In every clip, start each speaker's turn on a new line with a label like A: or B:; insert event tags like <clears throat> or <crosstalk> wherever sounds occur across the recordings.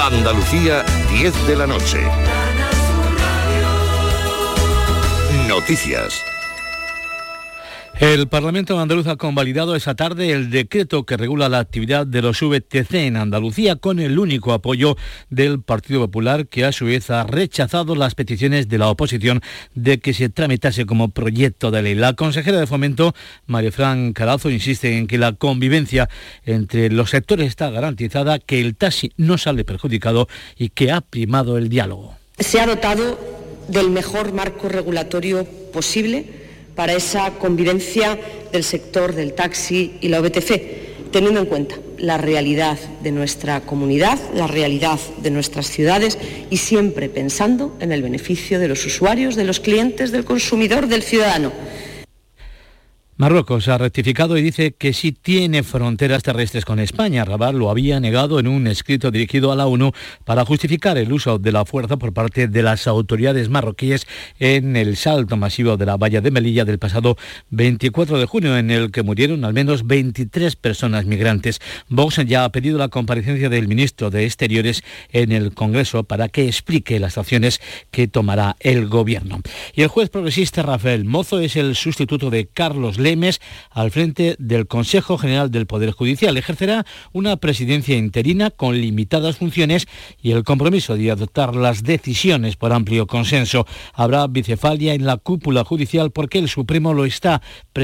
A: Andalucía, 10 de la noche. Noticias.
B: El Parlamento andaluz ha convalidado esa tarde el decreto que regula la actividad de los VTC en Andalucía con el único apoyo del Partido Popular que a su vez ha rechazado las peticiones de la oposición de que se tramitase como proyecto de ley. La consejera de Fomento, Marifran Carazo, insiste en que la convivencia entre los sectores está garantizada, que el taxi no sale perjudicado y que ha primado el diálogo.
C: Se ha dotado del mejor marco regulatorio posible para esa convivencia del sector del taxi y la OBTC, teniendo en cuenta la realidad de nuestra comunidad, la realidad de nuestras ciudades y siempre pensando en el beneficio de los usuarios, de los clientes, del consumidor, del ciudadano.
B: Marruecos ha rectificado y dice que sí tiene fronteras terrestres con España. Rabat lo había negado en un escrito dirigido a la ONU para justificar el uso de la fuerza por parte de las autoridades marroquíes en el salto masivo de la valla de Melilla del pasado 24 de junio, en el que murieron al menos 23 personas migrantes. Vox ya ha pedido la comparecencia del ministro de Exteriores en el Congreso para que explique las acciones que tomará el gobierno. Y el juez progresista Rafael Mozo es el sustituto de Carlos Le al frente del Consejo General del Poder Judicial. Ejercerá una presidencia interina con limitadas funciones y el compromiso de adoptar las decisiones por amplio consenso. Habrá bicefalia en la cúpula judicial porque el Supremo lo está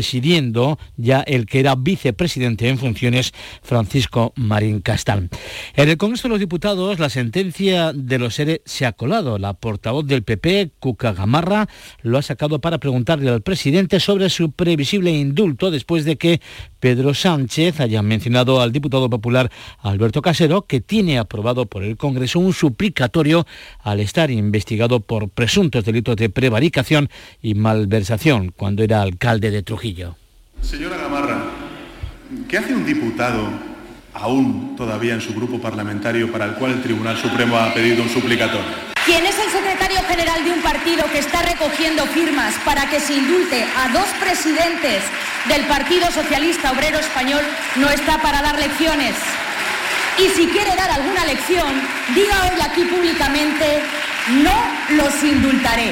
B: presidiendo ya el que era vicepresidente en funciones, Francisco Marín Castán. En el Congreso de los Diputados, la sentencia de los ERE se ha colado. La portavoz del PP, Cuca Gamarra, lo ha sacado para preguntarle al presidente sobre su previsible indulto después de que Pedro Sánchez haya mencionado al diputado popular Alberto Casero, que tiene apobado por el Congreso un suplicatorio al estar investigado por presuntos delitos de prevaricación y malversación cuando era alcalde de Trujillo.
D: Señora Gamarra, ¿qué hace un diputado aún todavía en su grupo parlamentario para el cual el Tribunal Supremo ha pedido un suplicatorio?
E: quien es el secretario general de un partido que está recogiendo firmas para que se indulte a dos presidentes del Partido Socialista Obrero Español, no está para dar lecciones. Y si quiere dar alguna lección, diga hoy aquí públicamente, no los indultaré.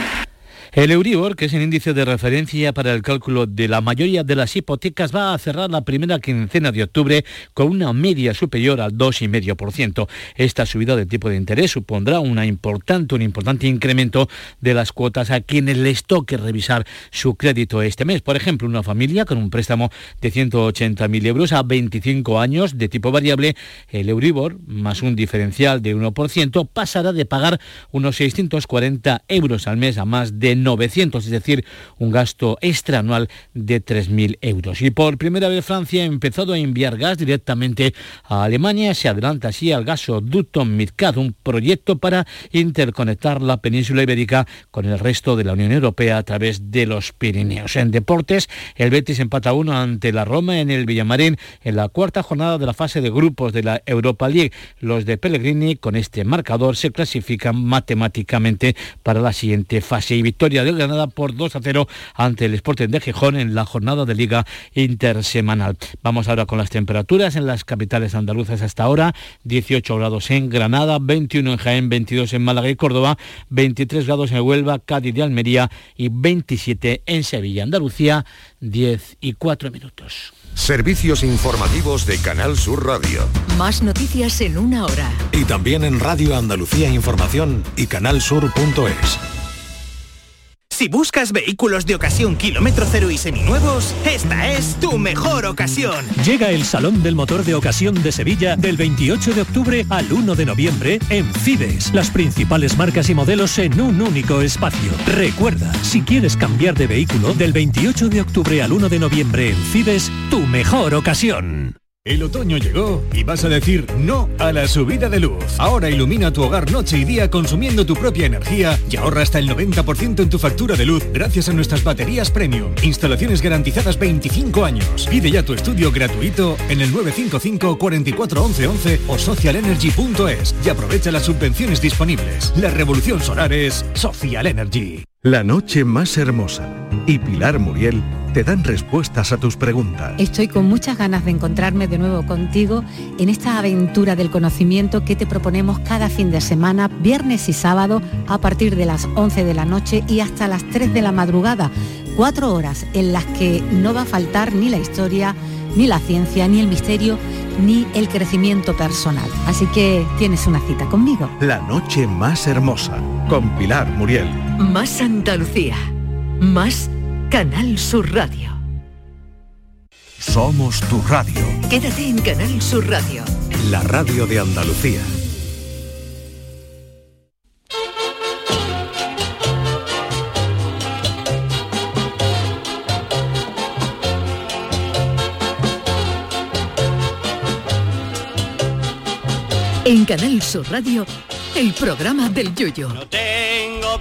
B: El Euribor, que es el índice de referencia para el cálculo de la mayoría de las hipotecas, va a cerrar la primera quincena de octubre con una media superior al 2,5%. Esta subida de tipo de interés supondrá una importante, un importante incremento de las cuotas a quienes les toque revisar su crédito este mes. Por ejemplo, una familia con un préstamo de 180.000 euros a 25 años de tipo variable, el Euribor, más un diferencial de 1%, pasará de pagar unos 640 euros al mes a más de 900, es decir, un gasto extra anual de 3.000 euros. Y por primera vez Francia ha empezado a enviar gas directamente a Alemania. Se adelanta así al gasoducto Midcat, un proyecto para interconectar la península ibérica con el resto de la Unión Europea a través de los Pirineos. En deportes, el Betis empata 1 ante la Roma en el Villamarín en la cuarta jornada de la fase de grupos de la Europa League. Los de Pellegrini con este marcador se clasifican matemáticamente para la siguiente fase y victoria del Granada por 2 a 0 ante el Sporting de Gijón en la jornada de Liga Intersemanal. Vamos ahora con las temperaturas en las capitales andaluzas hasta ahora, 18 grados en Granada, 21 en Jaén, 22 en Málaga y Córdoba, 23 grados en Huelva, Cádiz y Almería y 27 en Sevilla, Andalucía, 10 y 4 minutos.
A: Servicios informativos de Canal Sur Radio.
F: Más noticias en una hora.
G: Y también en Radio Andalucía Información y canalsur.es.
H: Si buscas vehículos de ocasión kilómetro cero y seminuevos, esta es tu mejor ocasión.
I: Llega el Salón del Motor de Ocasión de Sevilla del 28 de octubre al 1 de noviembre en Fides. Las principales marcas y modelos en un único espacio. Recuerda, si quieres cambiar de vehículo, del 28 de octubre al 1 de noviembre en Fides, tu mejor ocasión.
J: El otoño llegó y vas a decir no a la subida de luz. Ahora ilumina tu hogar noche y día consumiendo tu propia energía y ahorra hasta el 90% en tu factura de luz gracias a nuestras baterías premium. Instalaciones garantizadas 25 años. Pide ya tu estudio gratuito en el 955 44 11 11 o socialenergy.es y aprovecha las subvenciones disponibles. La revolución solar es Social Energy.
K: La noche más hermosa y Pilar Muriel te dan respuestas a tus preguntas.
L: Estoy con muchas ganas de encontrarme de nuevo contigo en esta aventura del conocimiento que te proponemos cada fin de semana, viernes y sábado, a partir de las 11 de la noche y hasta las 3 de la madrugada. Cuatro horas en las que no va a faltar ni la historia, ni la ciencia, ni el misterio, ni el crecimiento personal. Así que tienes una cita conmigo.
K: La noche más hermosa, con Pilar Muriel.
F: Más Andalucía. Más Canal Sur Radio.
G: Somos tu radio,
F: Quédate en Canal Sur Radio.
G: la radio de Andalucía.
F: En Canal Sur Radio, el programa del yoyo.
M: tengo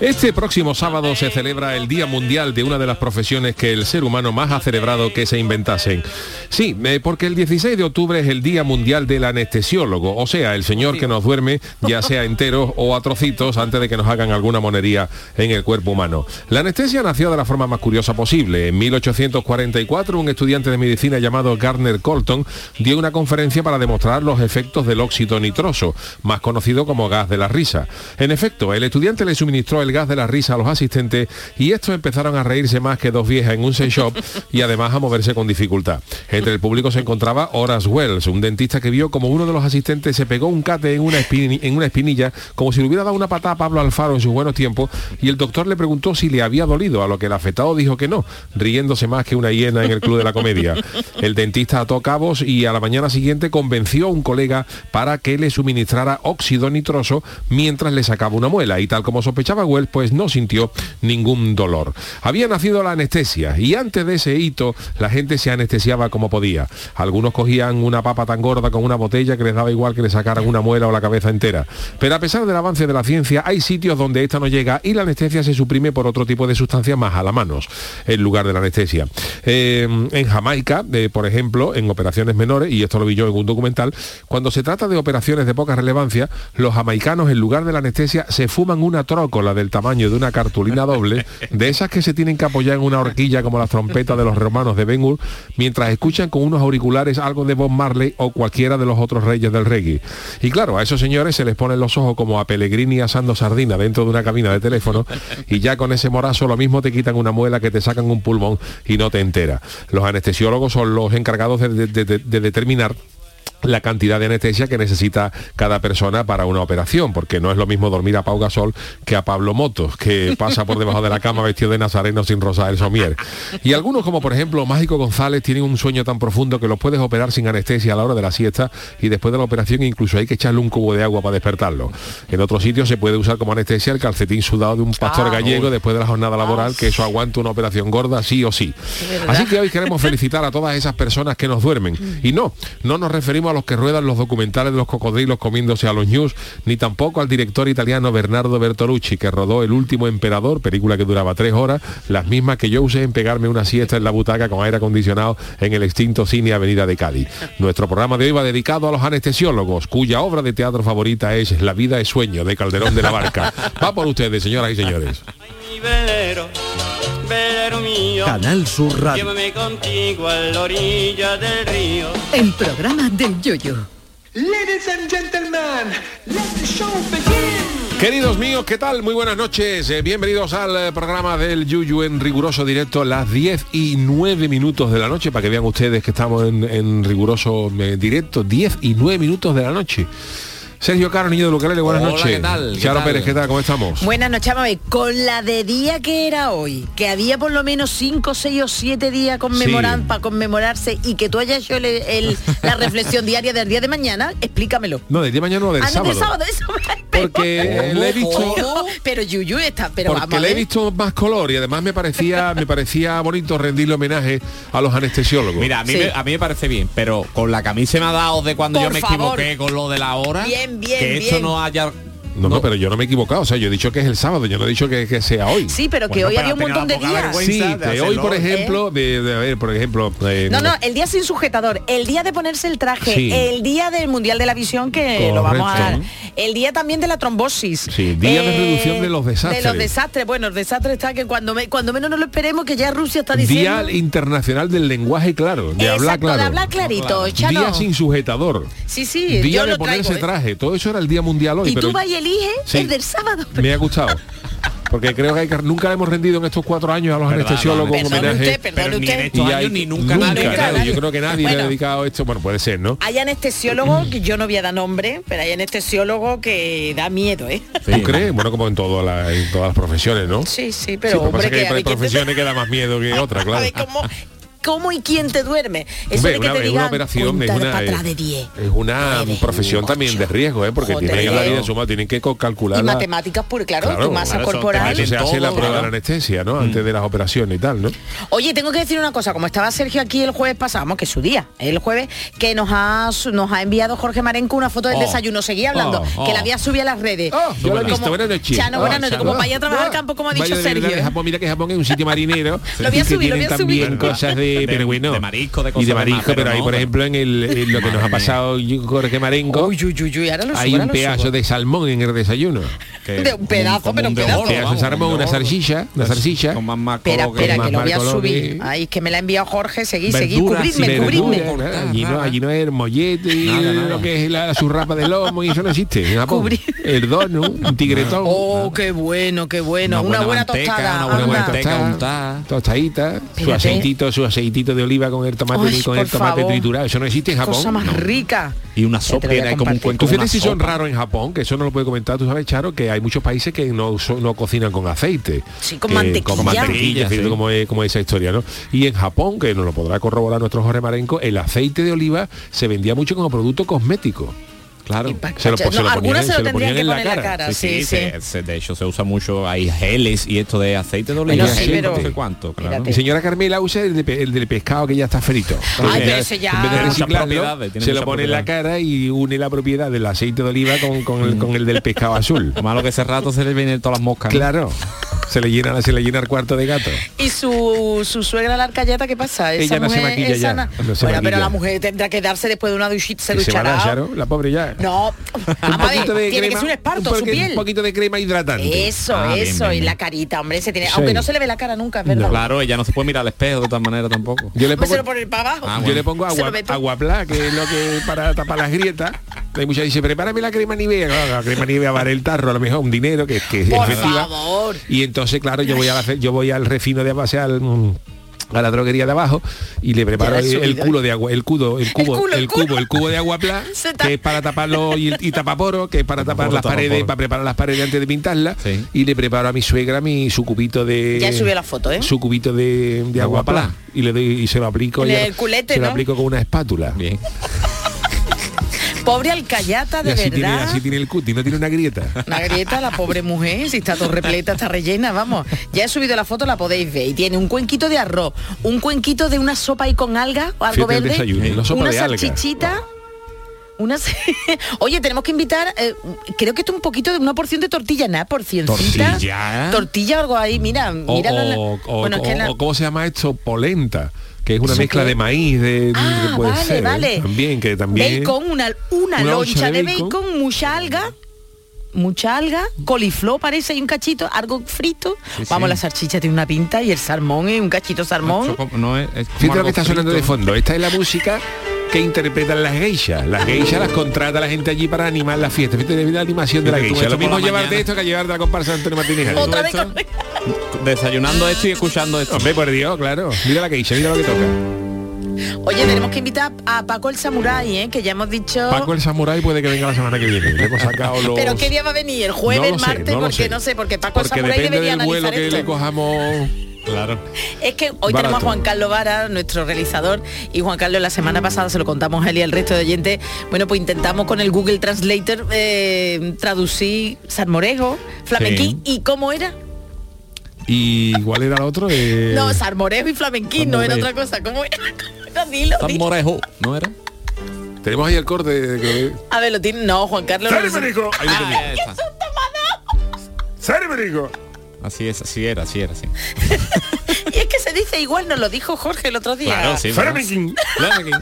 N: Este próximo sábado se celebra el Día Mundial de una de las profesiones que el ser humano más ha celebrado que se inventasen. Sí, eh, porque el 16 de octubre es el Día Mundial del Anestesiólogo, o sea, el señor que nos duerme, ya sea enteros o a trocitos, antes de que nos hagan alguna monería en el cuerpo humano. La anestesia nació de la forma más curiosa posible. En 1844, un estudiante de medicina llamado Garner Colton dio una conferencia para demostrar los efectos del óxido nitroso, más conocido como gas de la risa. En efecto, el estudiante le suministró el gas de la risa a los asistentes y estos empezaron a reírse más que dos viejas en un sex shop y además a moverse con dificultad. Entre el público se encontraba Horace Wells, un dentista que vio como uno de los asistentes se pegó un cate en una, espini- en una espinilla, como si le hubiera dado una patada a Pablo Alfaro en sus buenos tiempos, y el doctor le preguntó si le había dolido, a lo que el afectado dijo que no, riéndose más que una hiena en el Club de la Comedia. El dentista ató cabos y a la mañana siguiente convenció a un colega para que le suministrara óxido nitroso mientras le sacaba una muela, y tal como sospechaba Wells, pues no sintió ningún dolor. Había nacido la anestesia, y antes de ese hito, la gente se anestesiaba como podía. Algunos cogían una papa tan gorda con una botella que les daba igual que le sacaran una muela o la cabeza entera. Pero a pesar del avance de la ciencia, hay sitios donde esta no llega y la anestesia se suprime por otro tipo de sustancias más a la mano, en lugar de la anestesia. Eh, en Jamaica, eh, por ejemplo, en operaciones menores, y esto lo vi yo en un documental, cuando se trata de operaciones de poca relevancia, los jamaicanos, en lugar de la anestesia, se fuman una trócola del tamaño de una cartulina doble, de esas que se tienen que apoyar en una horquilla como las trompetas de los romanos de Ben Hur, mientras escuchan con unos auriculares algo de Bob Marley o cualquiera de los otros reyes del reggae. Y claro, a esos señores se les ponen los ojos como a Pellegrini asando sardina dentro de una cabina de teléfono y ya con ese morazo lo mismo te quitan una muela que te sacan un pulmón y no te entera. Los anestesiólogos son los encargados de- de- de- de- de determinar la cantidad de anestesia que necesita cada persona para una operación, porque no es lo mismo dormir a Pau Gasol que a Pablo Motos,
O: <laughs>
N: que pasa por debajo de la cama vestido de nazareno sin rosa el somier. Y algunos, como por ejemplo Mágico González, tienen un sueño tan profundo que los puedes operar sin anestesia a la hora de la siesta y después de la operación incluso hay que echarle un cubo de agua para despertarlo. En otros sitios se puede usar como anestesia el calcetín sudado de un pastor
O: Ah.
N: gallego después de la jornada laboral, que eso aguanta una operación gorda sí o sí.
O: verdad.
N: Así que hoy queremos felicitar a todas esas personas que nos duermen. Y no, no nos referimos a los que ruedan los documentales de los cocodrilos comiéndose a los news, ni tampoco al director italiano Bernardo Bertolucci, que rodó El último emperador, película que duraba tres horas, las mismas que yo usé en pegarme una siesta en la butaca con aire acondicionado en el extinto cine Avenida de Cádiz. Nuestro programa de hoy va dedicado a los anestesiólogos, cuya obra de teatro favorita es La vida es sueño, de Calderón de la Barca. Va por ustedes, señoras y señores.
M: Mi velero, velero mío,
N: Canal Sur Radio.
M: llévame contigo a la orilla del río.
F: El programa del yoyo.
P: Ladies and gentlemen, let the show begin.
N: Queridos míos, ¿qué tal? Muy buenas noches. Eh, bienvenidos al eh, programa del Yuyu en riguroso directo, las 10 y 9 minutos de la noche, para que vean ustedes que estamos en, en riguroso eh, directo, 10 y 9 minutos de la noche. Sergio Caro, niño de Lucarele, buenas
Q: Hola,
N: noches.
Q: ¿qué tal? ¿Qué
N: Charo
Q: tal?
N: Pérez, ¿qué tal? ¿Cómo estamos?
Q: Buenas noches, vamos a ver, con la de día que era hoy, que había por lo menos 5, 6 o 7 días conmemoran,
N: Sí.
Q: para conmemorarse y que tú hayas hecho el- el- la reflexión diaria del día de mañana, explícamelo.
N: No, del día de mañana no, del
Q: Ah, no,
N: sábado.
Q: del sábado, eso.
N: <laughs> Porque le he visto...
Q: Pero, pero Yuyu está, pero vamos
N: Porque
Q: a
N: le he
Q: ver.
N: visto más color y además
Q: <laughs>
N: me parecía me parecía bonito rendirle homenaje a los anestesiólogos.
O: Mira, a mí, me, a mí me parece bien, pero con la camisa me ha dado de cuando
N: Por
O: yo me
N: favor.
O: equivoqué con lo de la hora.
Q: Bien, bien,
O: Que esto
Q: bien.
O: no haya.
N: No, no, pero yo no me he equivocado. O sea, yo he dicho que es el sábado, yo no he dicho que, que sea hoy.
Q: Sí, pero que hoy había un montón de días.
N: Sí, de hoy, por
Q: ¿Eh?
N: ejemplo, de, de- a ver, por ejemplo. eh,
Q: No, no, el día sin sujetador, el día de ponerse el traje,
N: Sí.
Q: el día del Mundial de la Visión que eh, lo vamos a dar, el día también de la trombosis. Eh,
N: Sí, día de reducción de los desastres.
Q: De los desastres, bueno, el desastre está que cuando, me- cuando menos no lo esperemos que ya Rusia está diciendo...
N: Día internacional del lenguaje claro, de hablar
Q: Exacto, de
N: claro.
Q: hablar clarito, Chano.
N: Día sin sujetador.
Q: Sí, sí, yo lo
N: día de
Q: traigo.
N: ponerse
Q: ¿eh?
N: traje. Todo eso era el día mundial hoy.
Q: y
N: pero
Q: tú vas y eliges
N: Sí.
Q: el del sábado.
N: me ha gustado. Porque creo que, hay que- nunca le hemos rendido en estos cuatro años a los
O: Perdón,
N: anestesiólogos
O: perdone
N: un homenaje.
Q: usted, perdone Pero ni
O: en usted. estos
N: Y
O: años, ni nunca nadie.
N: nadie.
O: Nunca
N: Yo creo que nadie le ha
Q: Bueno.
N: dedicado esto. Bueno, puede ser, ¿no?
Q: Hay anestesiólogos, que yo no voy a dar nombre, pero hay anestesiólogo que da miedo, ¿eh? <laughs>
N: ¿Tú crees? Bueno, como en, toda la- en todas las profesiones, ¿no?
Q: Sí, sí,
N: Sí,
Q: pero
N: lo que pasa
Q: hombre,
N: es que
Q: que, a
N: hay
Q: ver, ¿quién te- <laughs>
N: profesiones que da más miedo que otra, claro.
Q: ver, ¿cómo, cómo y quién te duerme? Eso
N: Hombre,
Q: de que
N: una-
Q: te
N: es
Q: digan,
N: una operación, es
Q: "Cuenta
N: una, eh,
Q: para atrás de
N: es-
Q: 10".
N: es una profesión también de riesgo, ¿eh? porque
Q: Joder.
N: tienen que la vida suma, tienen que co- calcular
Q: Y
N: la-
Q: matemáticas, pura, claro,
N: Claro,
Q: tu masa
N: claro, eso-
Q: corporal.
N: Eso se hace la
Q: Todo,
N: prueba de la
Q: claro. Mm.
N: anestesia, ¿no? Antes de las operaciones y tal, ¿no?
Q: Oye, tengo que decir una cosa, como estaba Sergio aquí el jueves pasado, vamos, que es su día, el jueves, que nos ha, su- nos ha enviado Jorge Marenco una foto del
N: Oh.
Q: desayuno, seguía hablando,
N: Oh, oh.
Q: que la había subido a las redes.
N: Yo la he
Q: Oh, Como-
N: visto, buenas noches.
Q: Chano,
N: Ah,
Q: buenas noches,
N: Chano.
Q: como para allá a trabajar al
N: Ah,
Q: campo, como ha dicho
N: vaya de verdad
Q: Sergio.
N: de
Q: ¿eh?
N: Japón, mira que Japón es un sitio
Q: Lo voy
N: marinero.
Q: a
N: y que
Q: subir, lo
N: tienen
Q: voy a
N: también
Q: subir.
N: cosas de,
O: De-
N: pero bueno,
O: de marisco, de
N: y
O: cosas
N: de
O: de mar,
N: marisco, pero,
O: pero
N: ahí,
O: no,
N: por
O: pero-
N: ejemplo,
O: <laughs>
N: en el, en lo que nos ha pasado Jorge Marenco,
Q: ahora lo
N: hay
Q: subo, ahora
N: un
Q: lo subo.
N: pedazo de salmón en el desayuno.
Q: De un pedazo, pero un pedazo. Oh,
N: Pedazo de salmón, una salchicha, una salchicha. Con
O: más
Q: Espera, espera, que lo voy a subir. Ay, es que me la ha enviado Jorge, seguí, seguí, cubridme, cubridme.
N: Allí no, allí no es el mollete, lo que es la, la surrapa de lomo, y eso no existe. en Japón. El dono, un tigretón.
Q: Oh, qué bueno, qué bueno. Una, buena, tostada.
N: una buena
Q: anda.
N: tostada, tostadita, su
Q: Espérate.
N: aceitito, su aceitito de oliva con el tomate,
Q: Ay,
N: con el
Q: por
N: tomate
Q: favor.
N: triturado, eso no existe en Japón.
Q: Cosa más
N: No.
Q: rica.
O: Y una
Q: sopa, Ya te Este lo voy a era como un compartir. cuenco
N: Tú
Q: de
N: fíjate
Q: una
N: si son
Q: sopa.
N: raros en Japón, que eso no lo puede comentar, tú sabes, Charo, que hay muchos países que no, so- no cocinan con aceite.
Q: Sí, con
N: Que-
Q: mantequilla.
N: Con mantequilla, fíjate
O: sí.
N: cómo es, cómo es esa historia, ¿no? Y en Japón, que nos lo podrá corroborar nuestro Jorge Marenco, el aceite de oliva se vendía mucho como producto cosmético. Claro,
O: se lo,
N: pues,
O: se lo ponían, se lo ponían
Q: que
O: en la
Q: poner en la
O: cara.
Q: cara, sí,
O: se- se- de hecho se usa mucho, hay geles y esto de aceite de oliva,
N: Bueno, sí,
O: y
N: pero-
O: no sé cuánto, claro.
N: Y Señora Carmela usa el, de pe- el del pescado que ya está frito.
O: Ay, pero
N: Entonces,
O: ese ya-
N: En vez de
O: Tiene muchas
N: reciclarlo,
O: propiedades, tiene
N: se lo
O: muchas
N: pone en la cara y une la propiedad del aceite de oliva con, con el, con el del pescado
Q: <laughs>
N: azul.
O: Malo que ese rato se le vienen todas las moscas. ¿no?
N: Claro. Se le llena, se le llena el cuarto de gato.
Q: Y su, su suegra la arcayeta, ¿qué pasa? Esa
N: Ella no se
Q: mujer,
N: maquilla
Q: esa
N: ya,
Q: na-
N: no se
Q: bueno,
N: maquilla.
Q: pero la mujer tendrá que darse después de una duchita, se
N: Que se va
Q: duchará.
N: a Charo, la pobre ya.
Q: No, vamos a ver,
N: poquito de
Q: tiene que
N: crema,
Q: ser un esparto,
N: un
Q: su
N: poqui-
Q: piel.
N: un poquito de crema hidratante.
Q: Eso, eh.
O: Ah, bien,
Q: eso,
O: bien,
Q: y
O: bien.
Q: la carita, hombre, se tiene,
O: Sí.
Q: aunque no se le ve la cara nunca, es verdad.
O: Claro, ella no se puede mirar al espejo de tal manera tampoco.
N: Yo le
Q: Hombre,
N: pongo,
Q: Pues se lo pone para abajo.
O: Ah,
N: yo
O: bueno.
N: le pongo
Q: Se lo
N: agua,
Q: meto.
N: agua bla, que es lo que para tapar las grietas. Hay mucha dice, prepárame la crema nivea. Claro, la crema nivea vale el tarro, a lo mejor un dinero que, que es
Q: Por
N: efectiva.
Q: favor.
N: Y entonces, claro, yo voy a la- yo voy al refino de base al mm, a la droguería de abajo y le preparo
Q: Ya la he
N: el, el
Q: subido.
N: culo de agua, el cubo, el cubo, el,
Q: culo, el
N: cubo,
Q: culo.
N: el cubo de agua plá,
Q: <laughs> Se tapa.
N: que es para taparlo y, y tapaporo, que es para tapar
O: Tapaporo,
N: las paredes,
O: tapaporo.
N: para preparar las paredes antes de pintarlas. Y le preparo a mi suegra mi su cubito de.
Q: Ya subió la foto, ¿eh?
N: Su cubito de, de agua
O: agua plá.
N: plá. Y le doy, y se lo aplico.
Q: Le-
N: y-
Q: el culete,
N: se lo
Q: ¿no?
N: aplico con una espátula. Bien.
Q: Pobre alcayata,
N: Y
Q: Ah, de
N: así
Q: verdad.
N: tiene, así tiene el cuti, no tiene una grieta.
Q: Una grieta, la pobre mujer, si está todo repleta, está rellena, vamos. Ya he subido la foto, la podéis ver. Y tiene un cuenquito de arroz, un cuenquito de una sopa ahí con alga o algo
N: Fíjate el
Q: verde.
N: desayuno, la sopa
Q: una
N: de alga.
Q: salchichita. Una s- <laughs> Oye, tenemos que invitar, eh, creo que esto es un poquito de una porción de tortilla, nada, porcioncita.
N: ¿Tortilla?
Q: Tortilla o algo ahí, <laughs> mira,
N: O,
Q: mira. la- la-
N: o- o-
Q: bueno, es que
N: o-
Q: la-
N: o ¿cómo se llama esto? Polenta, que es una
Q: ¿Eso
N: mezcla
Q: qué?
N: de maíz, de, que puede
Q: vale,
N: ser, ¿eh?
Q: vale.
N: También, que también.
Q: Bacon, una, una,
N: Una
Q: loncha
N: loncha de
Q: de
N: bacon.
Q: bacon. mucha alga, mucha alga, coliflor parece y un cachito, algo frito.
O: Sí,
Q: Vamos,
O: sí.
Q: la salchicha tiene una pinta y el salmón es un cachito salmón.
O: No es, es como
N: Fíjate lo
O: algo
N: que está sonando de
O: frito,
N: fondo. Esta es la música que interpretan las geishas.
Q: Ah.
N: Las geishas las contrata la gente allí para animar la fiesta. Fíjate la animación de la
O: Tú
N: geisha.
O: esto
N: Lo
O: por
N: mismo
O: la
N: llevarte
O: mañana.
N: esto que llevarte la comparsa de Antonio Martínez. Jaque.
O: Tú esto, Desayunando esto y escuchando esto.
N: Hombre, por Dios, claro. Mira la geisha, mira lo que toca.
Q: Oye, tenemos que invitar a Paco el Samurái, ¿eh? que ya hemos dicho...
N: Paco el Samurai puede que venga la semana que viene. Le hemos sacado los...
Q: <laughs> Pero qué día va a venir, el jueves,
N: No lo
Q: el
N: sé,
Q: martes,
N: no lo
Q: porque
N: sé.
Q: no sé, porque Paco el
N: Porque
Q: Samurái
N: depende
Q: debería
N: del vuelo
Q: analizar
N: que
Q: esto.
N: le cojamos Claro.
Q: Es que hoy tenemos a
N: Barato. Mm.
Q: Juan Carlos Vara, nuestro realizador, y Juan Carlos la semana pasada se lo contamos a él y al resto de oyentes. Bueno, pues intentamos con el Google Translator eh, traducir Sarmorejo, flamenquín y cómo era.
N: ¿Y cuál era el otro? Eh,
Q: No, Sarmorejo y flamenquín, no era otra
N: Salmorejo.
Q: cosa. ¿Cómo era? ¿Cómo era? Dilo, dilo.
N: Morejo, ¿no era? Tenemos ahí el corte de... de-
Q: A ver, lo tiene. No, Juan Carlos. no lo-
N: ¡Sarmorejo! Ahí lo
Q: Ah,
N: tenía.
Q: ¿qué son?
N: ¡Sarmorejo! Así es, así era, así era, sí.
Q: Y es que se dice igual, nos lo dijo Jorge el otro día.
N: Claro, sí, bueno. Flamenquín. Flamenquín.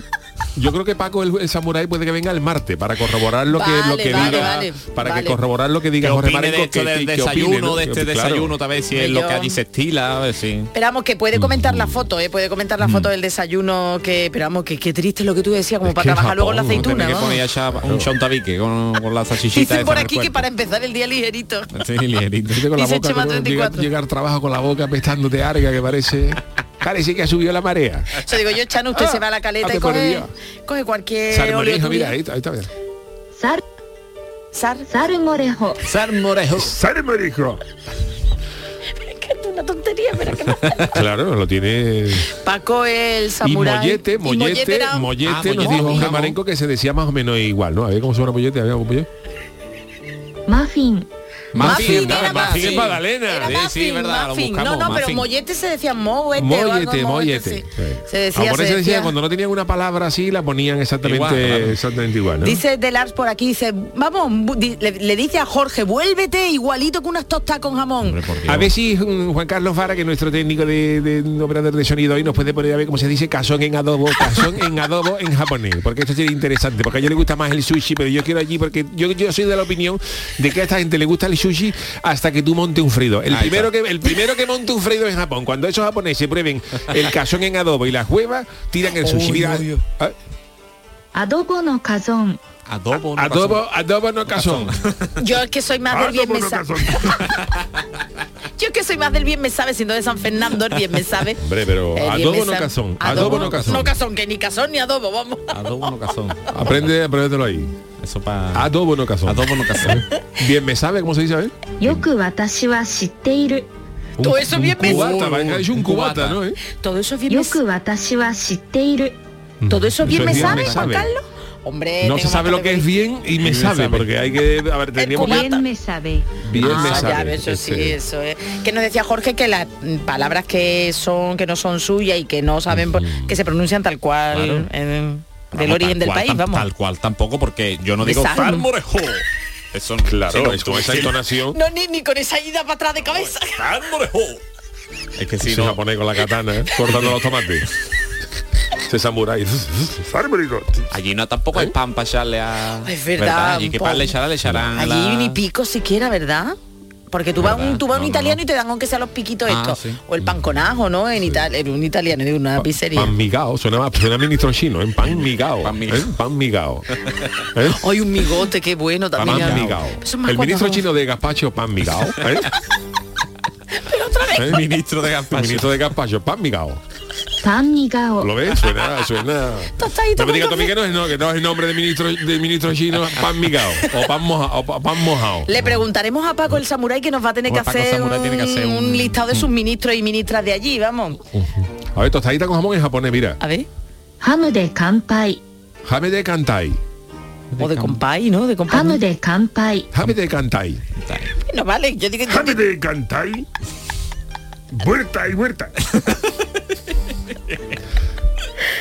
N: Yo creo que Paco el, el samurái puede que venga el martes para corroborar lo que lo
Q: Vale,
N: que
Q: vale,
N: diga
Q: vale,
N: para
Q: vale.
N: que corroborar lo que diga
O: Que
N: Jorge
O: opine de
N: Marenco
O: esto
N: que-
O: del
N: que- que
O: desayuno,
N: opine, ¿no?
O: de este
N: Claro.
O: desayuno,
N: <laughs>
O: tal vez si es lo que
Q: Yo-
O: allí se estila, a ver si-
Q: Esperamos que puede comentar
N: Mm.
Q: la foto, ¿eh? puede comentar la foto del desayuno, que esperamos que qué triste lo que tú decías, como para
O: Que en
Q: trabajar luego en la
O: Japón, ¿no?
Q: aceituna.
O: Tiene que
Q: vamos.
O: poner ya un chontabique con, con la salchichita
Q: Dicen
O: esa
Q: por
O: en el
Q: aquí que para empezar el día ligerito.
O: cuerpo. Sí, ligerito.
N: este con la
Q: Dice
N: boca,
Q: Chema
N: con-
Q: 34.
N: llegar, llegar al trabajo con la boca apestando de arga que parece parece que ha subido la marea
Q: Yo digo, yo, Chano, usted se va a la caleta
N: ah,
Q: y
N: te pone
Q: coge,
N: Dios.
Q: coge cualquier óleo
N: Sarmorejo,
Q: Eh, tuyo.
N: mira ahí, está- ahí está bien
Q: Sar, sar, morejo.
O: Sarmorejo
N: Sarmorejo
Q: Es una tontería, pero que no.
N: claro lo tiene
Q: Paco el
N: y
Q: samurái.
N: mollete
Q: Y
N: mollete
Q: era- Ah,
N: mollete nos
Q: mollete.
N: dijo Jorge
Q: Jamón.
N: Marenco que se decía más o menos igual no a ver cómo suena mollete a ver cómo mollete
R: Muffin.
Q: Muffin, era
N: Muffin es
Q: muffin.
N: magdalena
Q: Era
N: Sí, sí,
Q: muffin,
N: verdad, lo
Q: muffin. No,
N: buscamos,
Q: no, pero
N: muffin.
Q: mollete se decía
N: <laughs>
Q: mollete. o algo,
N: Mollete, mollete.
Q: sí.
N: Sí.
Q: Se decía,
N: Ah, por
Q: se
N: eso decía
Q: decía.
N: que cuando no tenían una palabra así la ponían exactamente
O: Igual, claro.
N: exactamente igual. ¿no?
Q: Dice Delars por aquí, dice, vamos, bu- di- le, le dice a Jorge, vuélvete igualito que unas tostas con jamón.
N: a ver si mm, Juan Carlos Vara, que es nuestro técnico de, de- de operador de sonido hoy, nos puede poner a ver cómo se dice cazón en adobo, cazón en adobo en japonés, porque esto sería interesante, porque a yo le gusta más el sushi, pero yo quiero allí, porque yo, yo soy de la opinión de que a esta gente le gusta el sushi hasta que tú montes un frido. El
O: Ahí
N: primero que el primero que monte un frido en Japón, cuando esos japoneses prueben el cazón en adobo y las huevas, tiran el sushi.
O: Uy,
N: Mira,
O: uy,
N: ah,
R: Adobo no cazón.
O: Adobo no
N: adobo, adobo no cazón.
Q: Yo es que soy
O: Ah,
Q: más del bien me sabe. <laughs> Yo es que soy más del bien me sabe, siendo de San Fernando, el bien me sabe.
N: Hombre,
Q: El
O: Eh,
N: pero
Q: bien me
N: adobo no
Q: sabe.
N: cazón. Adobo no cazón.
Q: eh, No cazón, que ni cazón ni adobo, vamos.
O: Adobo no cazón.
N: Aprende, apréndetelo ahí.
O: Eso para
N: Adobo no cazón.
O: Adobo no cazón.
N: Bien me sabe cómo se dice, a ver.
R: Yoku watashi wa shitteiru.
Q: Todo eso bien me
N: cubata,
Q: sabe.
N: parece que ha dicho un cubata, ¿no? eh?
Q: Todo eso bien me
R: Yoku watashi wa shitteiru.
Q: Todo eso bien
N: Eso
Q: me
N: es bien
Q: sabe,
N: me
Q: Juan
N: sabe.
Q: Carlos. Hombre,
N: No se
Q: tengo
N: sabe
Q: más
N: lo que es bien y me
O: me
N: sabe,
O: sabe.
N: porque hay que. A ver, tendríamos que.
R: Bien me sabe.
F: Eh,
N: Bien me
Q: Ah, ya,
N: sabe.
Q: eso sí,
N: Ese.
Q: eso es. Que nos decía Jorge que las mm, palabras que son, que no son suyas y que no saben, por- que se pronuncian tal cual
O: Claro.
Q: eh, del
O: Vamos,
Q: origen
O: tal
Q: del
O: cual,
Q: país,
O: tam-
Q: vamos.
O: Tal cual tampoco, porque yo no digo
Q: Bizarro.
O: Sarmorejo. Eso
N: Claro,
O: sí, no,
N: es con
O: tú
N: esa
O: sí.
N: entonación.
Q: No, ni, ni con esa ida para atrás de cabeza.
O: Sarmorejo. Es que si
N: se va
O: no,
N: a poner con la katana, ¿eh? cortando los tomates. Se samurai. Sarmorico.
O: allí no tampoco hay pan para echarle a.
Q: ¿Eh? Es verdad,
O: Y
Q: un
O: que pan le
Q: poco.
O: echarán, le echarán.
Q: Allí
O: la-
Q: ni pico siquiera, ¿verdad? Porque tú vas, a un,
O: ¿Verdad?
Q: tú vas a
O: No,
Q: un
O: no,
Q: italiano
O: no.
Q: y te dan aunque sea los piquitos
O: Ah,
Q: estos.
O: sí.
Q: O el pan con ajo, ¿no? En Italia, en un italiano de una pizzería.
N: Pan migao, suena más, suena a ministro chino, en pan migao. ¿eh? Pan migao. ¿eh?
Q: Hoy un migote, qué bueno
N: Pan
Q: también. ¿no?
N: migao.
Q: Eso es más
N: El
Q: cuando-
N: ministro chino de gazpacho, pan migao. ¿eh?
Q: <laughs> Pero otra vez.
N: ¿Eh?
O: Ministro de
N: El
O: Gazpacho.
N: ministro de Gazpacho, pan migao.
R: Pan nigao.
N: ¿Lo ves? Suena, suena.
Q: Tostadito
N: No me digas
Q: con
N: Tommy que no es, no, que no es el nombre de ministro, de ministro chino, pan migao. O pan mojao. O pa- pan mojao.
Q: Le preguntaremos a Paco el samurái que nos va a tener que
O: Bueno, Paco
Q: hacer,
O: Samurái
Q: un,
O: tiene que hacer un-
Q: un listado de sus ministros y ministras de allí, vamos.
N: A ver, tostadita con jamón en japonés, mira.
Q: A ver.
R: Hamu de kanpai.
N: Jame de kantai.
Q: O de compay, ¿no? De
F: Ah,
Q: compay.
R: Hamu de kanpai.
N: Jame de kantai.
Q: No vale, yo digo
N: Jame de kantai. Vuelta y vuelta.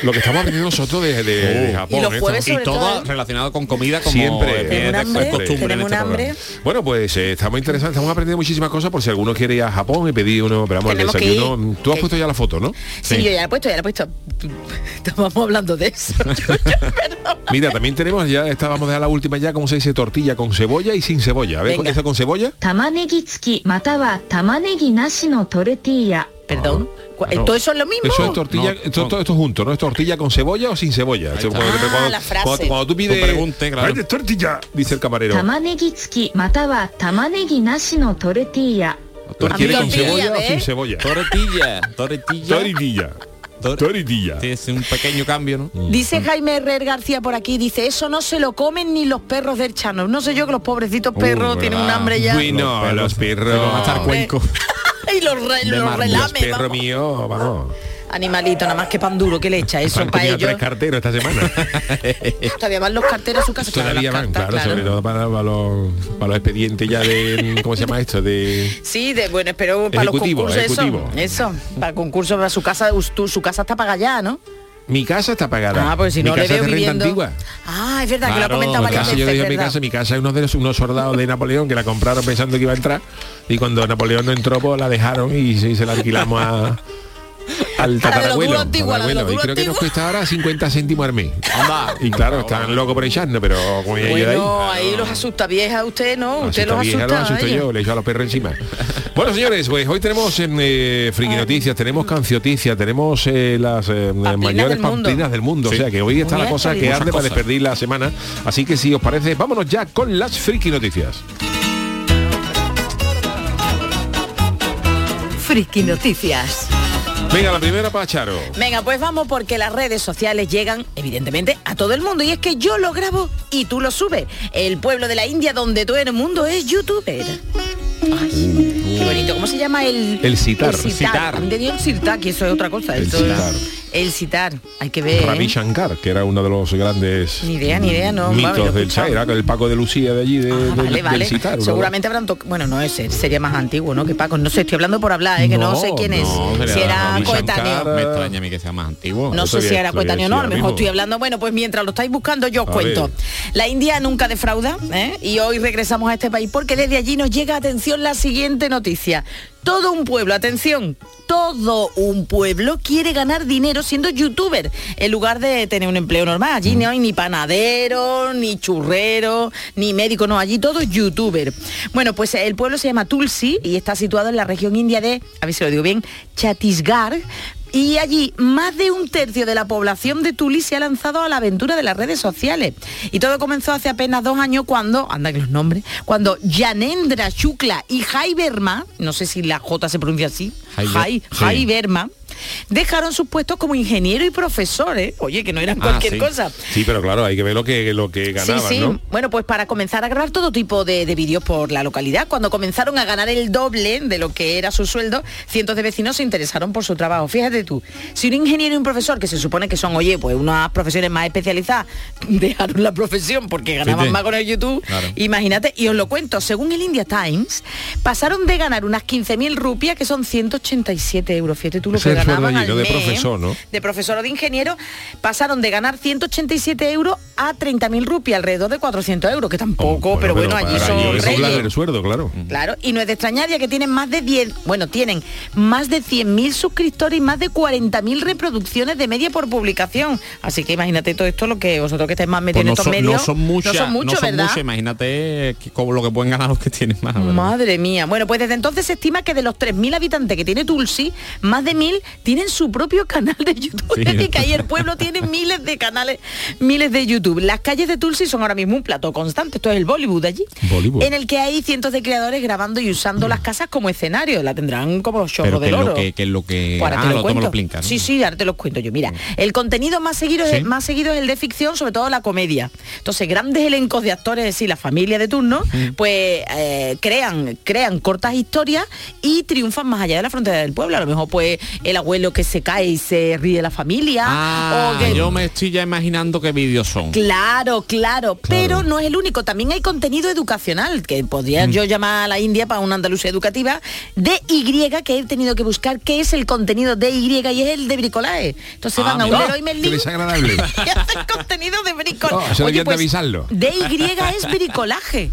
N: Lo que estamos aprendiendo nosotros de, de- de
O: Oh.
N: Japón.
Q: Y los
N: ¿eh?
Q: jueves
O: Y
Q: sobre
O: todo
Q: todo-
O: relacionado con comida como
N: Siempre.
O: es
N: Tenemos
O: de-
Q: hambre,
O: es costumbre en
Q: tenemos
O: este
Q: hambre.
O: programa.
N: Bueno, pues eh, estamos interesantes, estamos aprendiendo muchísimas cosas por si alguno quiere ir a Japón y pedir uno, pero vamos, el
Q: Tenemos que
N: desayuno.
Q: ir.
N: Tú has
Q: Que-
N: puesto ya la foto, ¿no?
Q: Sí, yo ya lo he puesto, ya lo he puesto. <laughs> Estábamos hablando de eso. <laughs>
N: Mira, también tenemos, ya estábamos de la última ya, como se dice, tortilla con cebolla y sin cebolla. A ver,
Q: Venga.
N: ¿esta con cebolla?
R: 玉ねぎ付きまたは玉ねぎなしのトルティーヤ
Q: Perdón. ¿Cu-
N: Claro.
Q: ¿Todo eso es lo mismo?
N: Eso es tortilla,
O: No,
N: esto,
O: no.
N: todo esto junto, ¿no? Es tortilla con cebolla o sin cebolla. O
O: está.
N: sea, cuando,
Q: Ah,
N: cuando-
Q: la frase.
N: cuando- cuando tú pides
O: Tú pregunte, claro.
N: "Ay, tortilla, dice el camarero.
R: 玉ねぎ付きまたは玉ねぎなしのトルティーヤ
N: ¿Tortilla con
Q: Tortilla,
N: cebolla o
Q: ¿ves?
N: sin cebolla?
O: Tortilla, tortilla.
N: Tortilla.
O: Tor-
N: Tortilla.
O: Sí, es un pequeño cambio, ¿no?
N: Mm.
Q: Dice Jaime Herrer García por aquí, dice, eso no se lo comen ni los perros del Chano. No sé yo que los pobrecitos perros
O: Uh,
Q: tienen un
O: ¿verdad?
Q: hambre ya.
N: Uy, no, los perros.
O: Van a estar cuenco. <laughs>
Q: <laughs> y los, re-
N: De
Q: los
N: Mar- Dios,
Q: relame.
N: perro mío, vamos.
Q: Animalito, nada más que pan duro que le echa eso
N: Han
Q: para
N: tenido
Q: ellos.
N: tres carteros esta semana.
Q: <laughs> Todavía van los carteros a su casa. claro,
N: Todavía
Q: las
N: van, claro,
Q: cartas, claro.
N: sobre todo para, para los, para los expedientes ya de... ¿Cómo se llama esto? De...
Q: Sí, de, bueno, pero para los
N: Ejecutivo,
Q: concursos
N: ejecutivo.
Q: eso. Eso, para concursos, para su casa, us- tu- su casa está para allá, ¿no?
N: Mi casa está pagada.
Q: Ah, pues si
N: mi
Q: no le
N: casa
Q: veo
N: es de renta
Q: viviendo.
N: antigua.
Q: Ah, es verdad, que lo
N: Claro,
Q: ha comentado
N: mi
Q: varias
N: casa,
Q: veces.
N: yo le dije a mi
Q: ¿verdad?
N: casa, mi casa es uno de los, unos soldados de Napoleón que la compraron pensando que iba a entrar y cuando Napoleón no entró pues la dejaron y, se- se la alquilamos a, al
Q: <laughs> A la de lo
N: tatarabuelo.
Q: duro antiguo, a la de lo
N: tatarabuelo. y
Q: duro
N: creo que nos cuesta ahora 50 céntimos al mes. Y claro, están locos por echarnos, pero como ya yo de ahí.
Q: Bueno, ahí los asusta vieja usted, ¿no?
N: Así
Q: Usted
N: Ah, está
Q: los
N: bien, ya
Q: asusta.
N: asusto
Q: a ellos.
N: yo, le echo a los perros encima. bueno, señores, pues hoy tenemos en eh, Friki Noticias, tenemos Cancioticias, tenemos eh, las eh, mayores
Q: del mundo.
N: pamplinas del mundo.
O: Sí.
N: O sea que hoy
O: Muy
N: está la cosa que
O: actualidad.
N: arde para
O: Muchas cosas.
N: despedir la semana. Así que si os parece, vámonos ya con las Friki Noticias.
F: Friki Noticias.
N: Venga, la primera para Charo.
Q: Venga, pues vamos porque las redes sociales llegan, evidentemente, a todo el mundo. Y es que yo lo grabo y tú lo subes. El pueblo de la India donde todo el mundo es youtuber. Ay, qué bonito. ¿Cómo se llama el...?
N: El sitar.
Q: El
N: Sitar.
Q: sitar. Han tenido el sitar, que eso es otra cosa.
N: El
Q: eso es-
N: sitar.
Q: el sitar. Hay que ver. ¿eh?
N: Ravi Shankar, que era uno de los grandes
Q: Ni idea, ni idea, no. Vale,
N: mitos
Q: lo he
N: del Chai,
Q: escuchado.
N: era el Paco de Lucía de allí, de, del-
Q: Ah, Vale,
N: del
Q: vale.
N: Sitar, uno de-
Q: Seguramente habrán tocado. Bueno, no, ese sería más antiguo, ¿no? Que Paco. No sé, estoy hablando por hablar, ¿eh? que no, sé quién es. si era coetáneo.
O: Me extraña a mí que sea más antiguo.
Q: No sé si era coetáneo o no, a lo mejor estoy hablando. Bueno, pues mientras lo estáis buscando, yo os
O: A
Q: cuento.
O: ver.
Q: La India nunca defrauda, ¿eh? Y hoy regresamos a este país porque desde allí nos llega, atención, la siguiente noticia. Todo un pueblo, atención. Todo un pueblo quiere ganar dinero siendo youtuber en lugar de tener un empleo normal. Allí
O: Mm.
Q: no hay ni panadero, ni churrero, ni médico, no, allí todo es youtuber. Bueno, pues el pueblo se llama Tulsi y está situado en la región india de, a ver si lo digo bien, Chhattisgarh, y allí más de un tercio de la población de Tuli se ha lanzado a la aventura de las redes sociales. Y todo comenzó hace apenas dos años cuando, anda que los nombres, cuando Yanendra Shukla y Jai Verma, no sé si la J se pronuncia así,
O: Jai Ver-
Q: Jai,
O: sí.
Q: Jai Verma, dejaron sus puestos como ingeniero y profesores. Oye, que no eran cualquier cosa.
N: Sí, pero claro, hay que ver lo que, lo que ganaban,
Q: sí, sí.
N: ¿no?
Q: Bueno, pues para comenzar a grabar todo tipo de, de vídeos por la localidad, cuando comenzaron a ganar el doble de lo que era su sueldo, cientos de vecinos se interesaron por su trabajo. Fíjate tú, si un ingeniero y un profesor, que se supone que son, oye, pues unas profesiones más especializadas, <laughs> dejaron la profesión porque ganaban
S: Fíjate.
Q: más con el YouTube,
S: Claro.
Q: imagínate, y os lo cuento, según el India Times, pasaron de ganar unas 15.000 rupias, que son 187 euros. Fíjate tú lo que
N: Ese es el sueldo
Q: ganaban
N: allí,
Q: al
N: ¿no? De
Q: mes, ¿eh?
N: profesor, ¿no?
Q: de profesor o de ingeniero pasaron de ganar 187 euros a 30.000 rupias, alrededor de 400 euros, que tampoco, pero, bueno, allí
N: Oh, para ellos
Q: son
N: es doblar
Q: reyes. Mm.
N: el sueldo, claro.
Q: Claro, y no es de extrañar ya que tienen más de 10, bueno, tienen más de 100.000 suscriptores y más de 40.000 reproducciones de media por publicación. Así que imagínate todo esto, lo que vosotros que estáis más metidos
O: Pues no,
Q: en estos
O: son, no
Q: medios.
O: son muchas,
Q: no son mucho, ¿verdad?
O: muchas, imagínate que- como lo que pueden ganar los que tienen más. ¿verdad?
Q: Madre mía. Bueno, pues desde entonces se estima que de los 3.000 habitantes que tiene Tulsi, más de 1.000 tienen su propio canal de YouTube.
O: Sí.
Q: Es <laughs> decir, que ahí el pueblo tiene miles de canales, miles de YouTube. Las calles de Tulsi son ahora mismo un plato constante. Esto es el Bollywood allí.
O: Bollywood. Mm.
Q: En el que hay cientos de creadores grabando y usando las casas como escenario. La tendrán como los chorros
O: Pero que
Q: del
O: es
Q: oro.
O: lo que, que es lo que.
Q: Ahora te
O: ah, lo, tú me
Q: cuento.
O: lo explicas, ¿no?
Q: Sí, sí, ahora te los cuento yo.
O: Mm.
Q: Mira, el contenido más seguido, es, más seguido es el de ficción, sobre todo la comedia. Entonces, grandes elencos de actores, es decir, la familia de turno,
O: Mm.
Q: pues eh, crean, crean cortas historias y triunfan más allá de la frontera del pueblo. A lo mejor, pues, el abuelo que se cae y se ríe de la familia.
O: Ah,
Q: o que
O: yo me estoy ya imaginando qué vídeos son.
Q: Claro, claro, pero no es el único. También hay contenido educacional, que podría yo llamar a la India para una Andalucía educativa, de Y, que he tenido que buscar qué es el contenido de Y y es el de bricolaje. Entonces van a un Leroy
N: Ah, Qué
Q: Merlin
N: desagradable.
Q: y hacen contenido de bricolaje.
N: Oh, eso debían de avisarlo.
Q: De Y es bricolaje.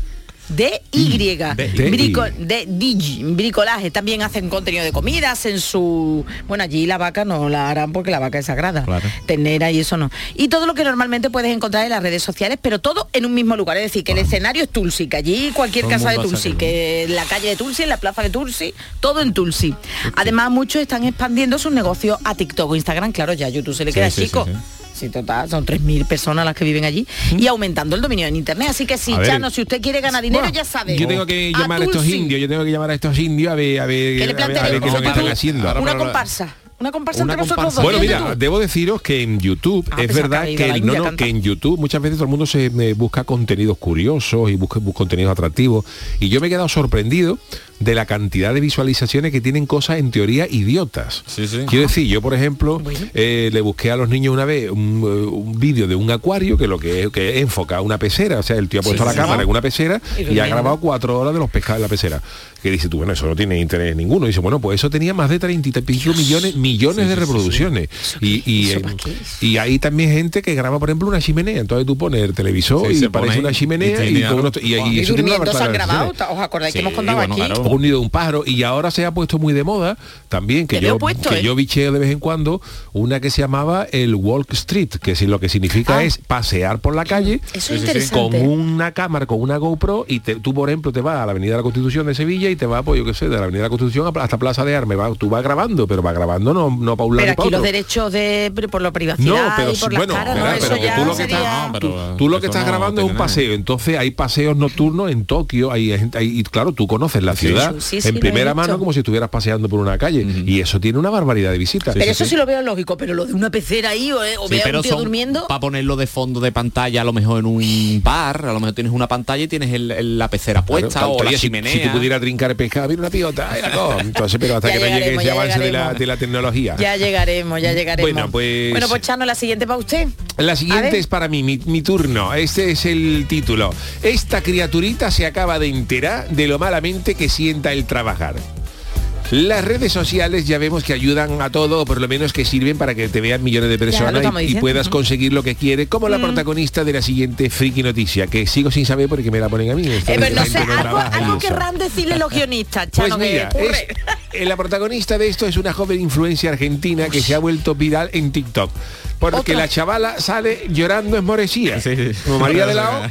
Q: De Y,
S: Mm,
N: de
Q: brico- de digi- bricolaje. También hacen contenido de comidas en su... Bueno, allí la vaca no la harán porque la vaca es sagrada. Ternera y eso no. Y todo lo que normalmente puedes encontrar en las redes sociales, pero todo en un mismo lugar. Es decir, que el escenario es Tulsi, que allí cualquier
S: Todo el
Q: casa de
S: mundo
Q: Tulsi,
S: hace aquello.
Q: que en la calle de Tulsi, en la plaza de Tulsi, todo en Tulsi. Además, muchos están expandiendo sus negocios a TikTok o Instagram. Claro, ya YouTube se le
S: Sí,
Q: queda
S: sí, sí,
Q: chico.
S: sí.
Q: Sí, total, son 3.000 personas las que viven allí y aumentando el dominio en Internet. Así que sí,
N: Mm. A ver.
Q: Chano, si usted quiere ganar <laughs> dinero, ya sabe.
N: Yo tengo que
Q: A
N: llamar a estos
Q: Tulsi,
N: indios, yo tengo que llamar a estos indios a ver, a ver,
Q: Que le
N: a ver, a ver
Q: plantearé
N: qué es lo que están haciendo.
Q: Una comparsa. Una comparsa
N: Una
Q: entre nosotros
N: comparsa.
Q: dos.
N: Bueno,
Q: fíjate
N: mira,
Q: tú.
N: debo deciros que en YouTube
Q: Ah, pensaba
N: es
Q: que
N: verdad
Q: había ido a
N: que,
Q: la
N: no,
Q: India
N: no,
Q: tanto.
N: que en YouTube muchas veces todo el mundo se eh, busca contenidos curiosos y busca, busca contenidos atractivos y yo me he quedado sorprendido de la cantidad de visualizaciones que tienen cosas en teoría idiotas. Quiero decir, yo por ejemplo eh, le busqué a los niños una vez un, eh, un vídeo de un acuario que lo que es que enfoca una pecera, o sea, el tío ha
S: Sí,
N: puesto la
S: sí,
N: cámara
S: ¿no?
N: en una pecera
S: Y
N: y ha
S: durmiendo.
N: grabado cuatro horas de los pescados en la pecera. Que dice tú, bueno, eso no tiene interés ninguno. Dice, bueno, pues eso tenía más de 30 y pico millones, millones de reproducciones. Y, y, eh, y hay también gente que graba, por ejemplo, una chimenea. Entonces tú pones el televisor
O: Sí,
N: y
O: se
N: parece
O: pone
N: una
O: y
N: chimenea y,
O: tiene
N: todo
O: algo.
N: esto- y, y
O: Wow. Y
N: eso tiene
Q: durmiendo se
N: una
Q: han
N: barbaridad de
Q: grabado,
N: reproducciones.
Q: ¿os acordáis
N: Sí,
Q: que hemos contado
N: bueno,
Q: aquí?
N: claro. Un nido de un pájaro y ahora se ha puesto muy de moda también que
Q: Te veo
N: yo
Q: puesto,
N: que
Q: ¿eh?
N: yo bicheo de vez en cuando una que se llamaba el Walk Street, que si lo que significa es pasear por la calle
Q: Ah. Eso es interesante.
N: con una cámara, con una GoPro y te- tú por ejemplo te vas a la Avenida de la Constitución de Sevilla y te vas pues yo qué sé, de la Avenida de la Constitución a- hasta Plaza de Armas, va- tú vas grabando, pero vas grabando no no para un lado
Q: Pero
N: ni pa'
Q: aquí los
N: otro.
Q: derechos de por la privacidad
N: No, pero
Q: y
N: sí,
Q: por las
N: bueno,
Q: caras,
N: verá,
Q: no, eso
N: pero que
Q: ya
N: tú lo que
Q: sería-
N: estás- Tú lo que estás grabando es un paseo, entonces hay paseos nocturnos en Tokio, hay gente, hay- y claro, tú conoces la
O: Sí,
N: ciudad
Q: sí, sí,
N: en
Q: lo he
N: primera
Q: visto.
N: mano como si estuvieras paseando por una calle, y eso tiene una barbaridad de visitas.
Q: pero eso sí, lo veo lógico, pero lo de una pecera ahí o, eh, o
O: Sí,
Q: veo a
O: pero
Q: un tío
O: son
Q: durmiendo.
O: para ponerlo de fondo de pantalla, a lo mejor en un bar, a lo mejor tienes una pantalla y tienes el- el- la pecera
N: Claro,
O: puesta
N: tanto,
O: o la
N: oye, si-
O: chimenea.
N: Si, tú pudieras trincar pescado, mira una piota, ay, la cosa. entonces, pero hasta
Q: ¿eh? Ya
N: que no llegue
Q: llegaremos,
N: ese
Q: ya
N: avance de la,
Q: llegaremos.
N: de la tecnología.
Q: Ya llegaremos, ya llegaremos.
N: Bueno, pues-
Q: Bueno, pues Chano, la siguiente para usted.
N: La
Q: A ver.
N: siguiente es para mí, mi, mi turno. Este es el título. Esta criaturita se acaba de enterar de lo malamente que sienta el trabajar. Las redes sociales ya vemos que ayudan a todo, o por lo menos que sirven para que te vean millones de
O: lo
N: personas
O: estamos
N: y- y,
O: diciendo.
N: puedas conseguir lo que quieres, como
Q: Mm.
N: la protagonista de la siguiente friki noticia, que sigo sin saber porque me la ponen a mí. Esto
Q: Eh,
N: de
Q: pero
N: la
Q: no sé,
N: gente no
Q: algo,
N: trabaja y
Q: algo
N: eso.
Q: querrán decirle los guionistas, Chano,
N: Pues mira,
Q: que ocurre.
N: es- eh, la protagonista de esto es una joven influencia argentina que se ha vuelto viral en TikTok. Porque la chavala sale llorando esmorecía. Como María de la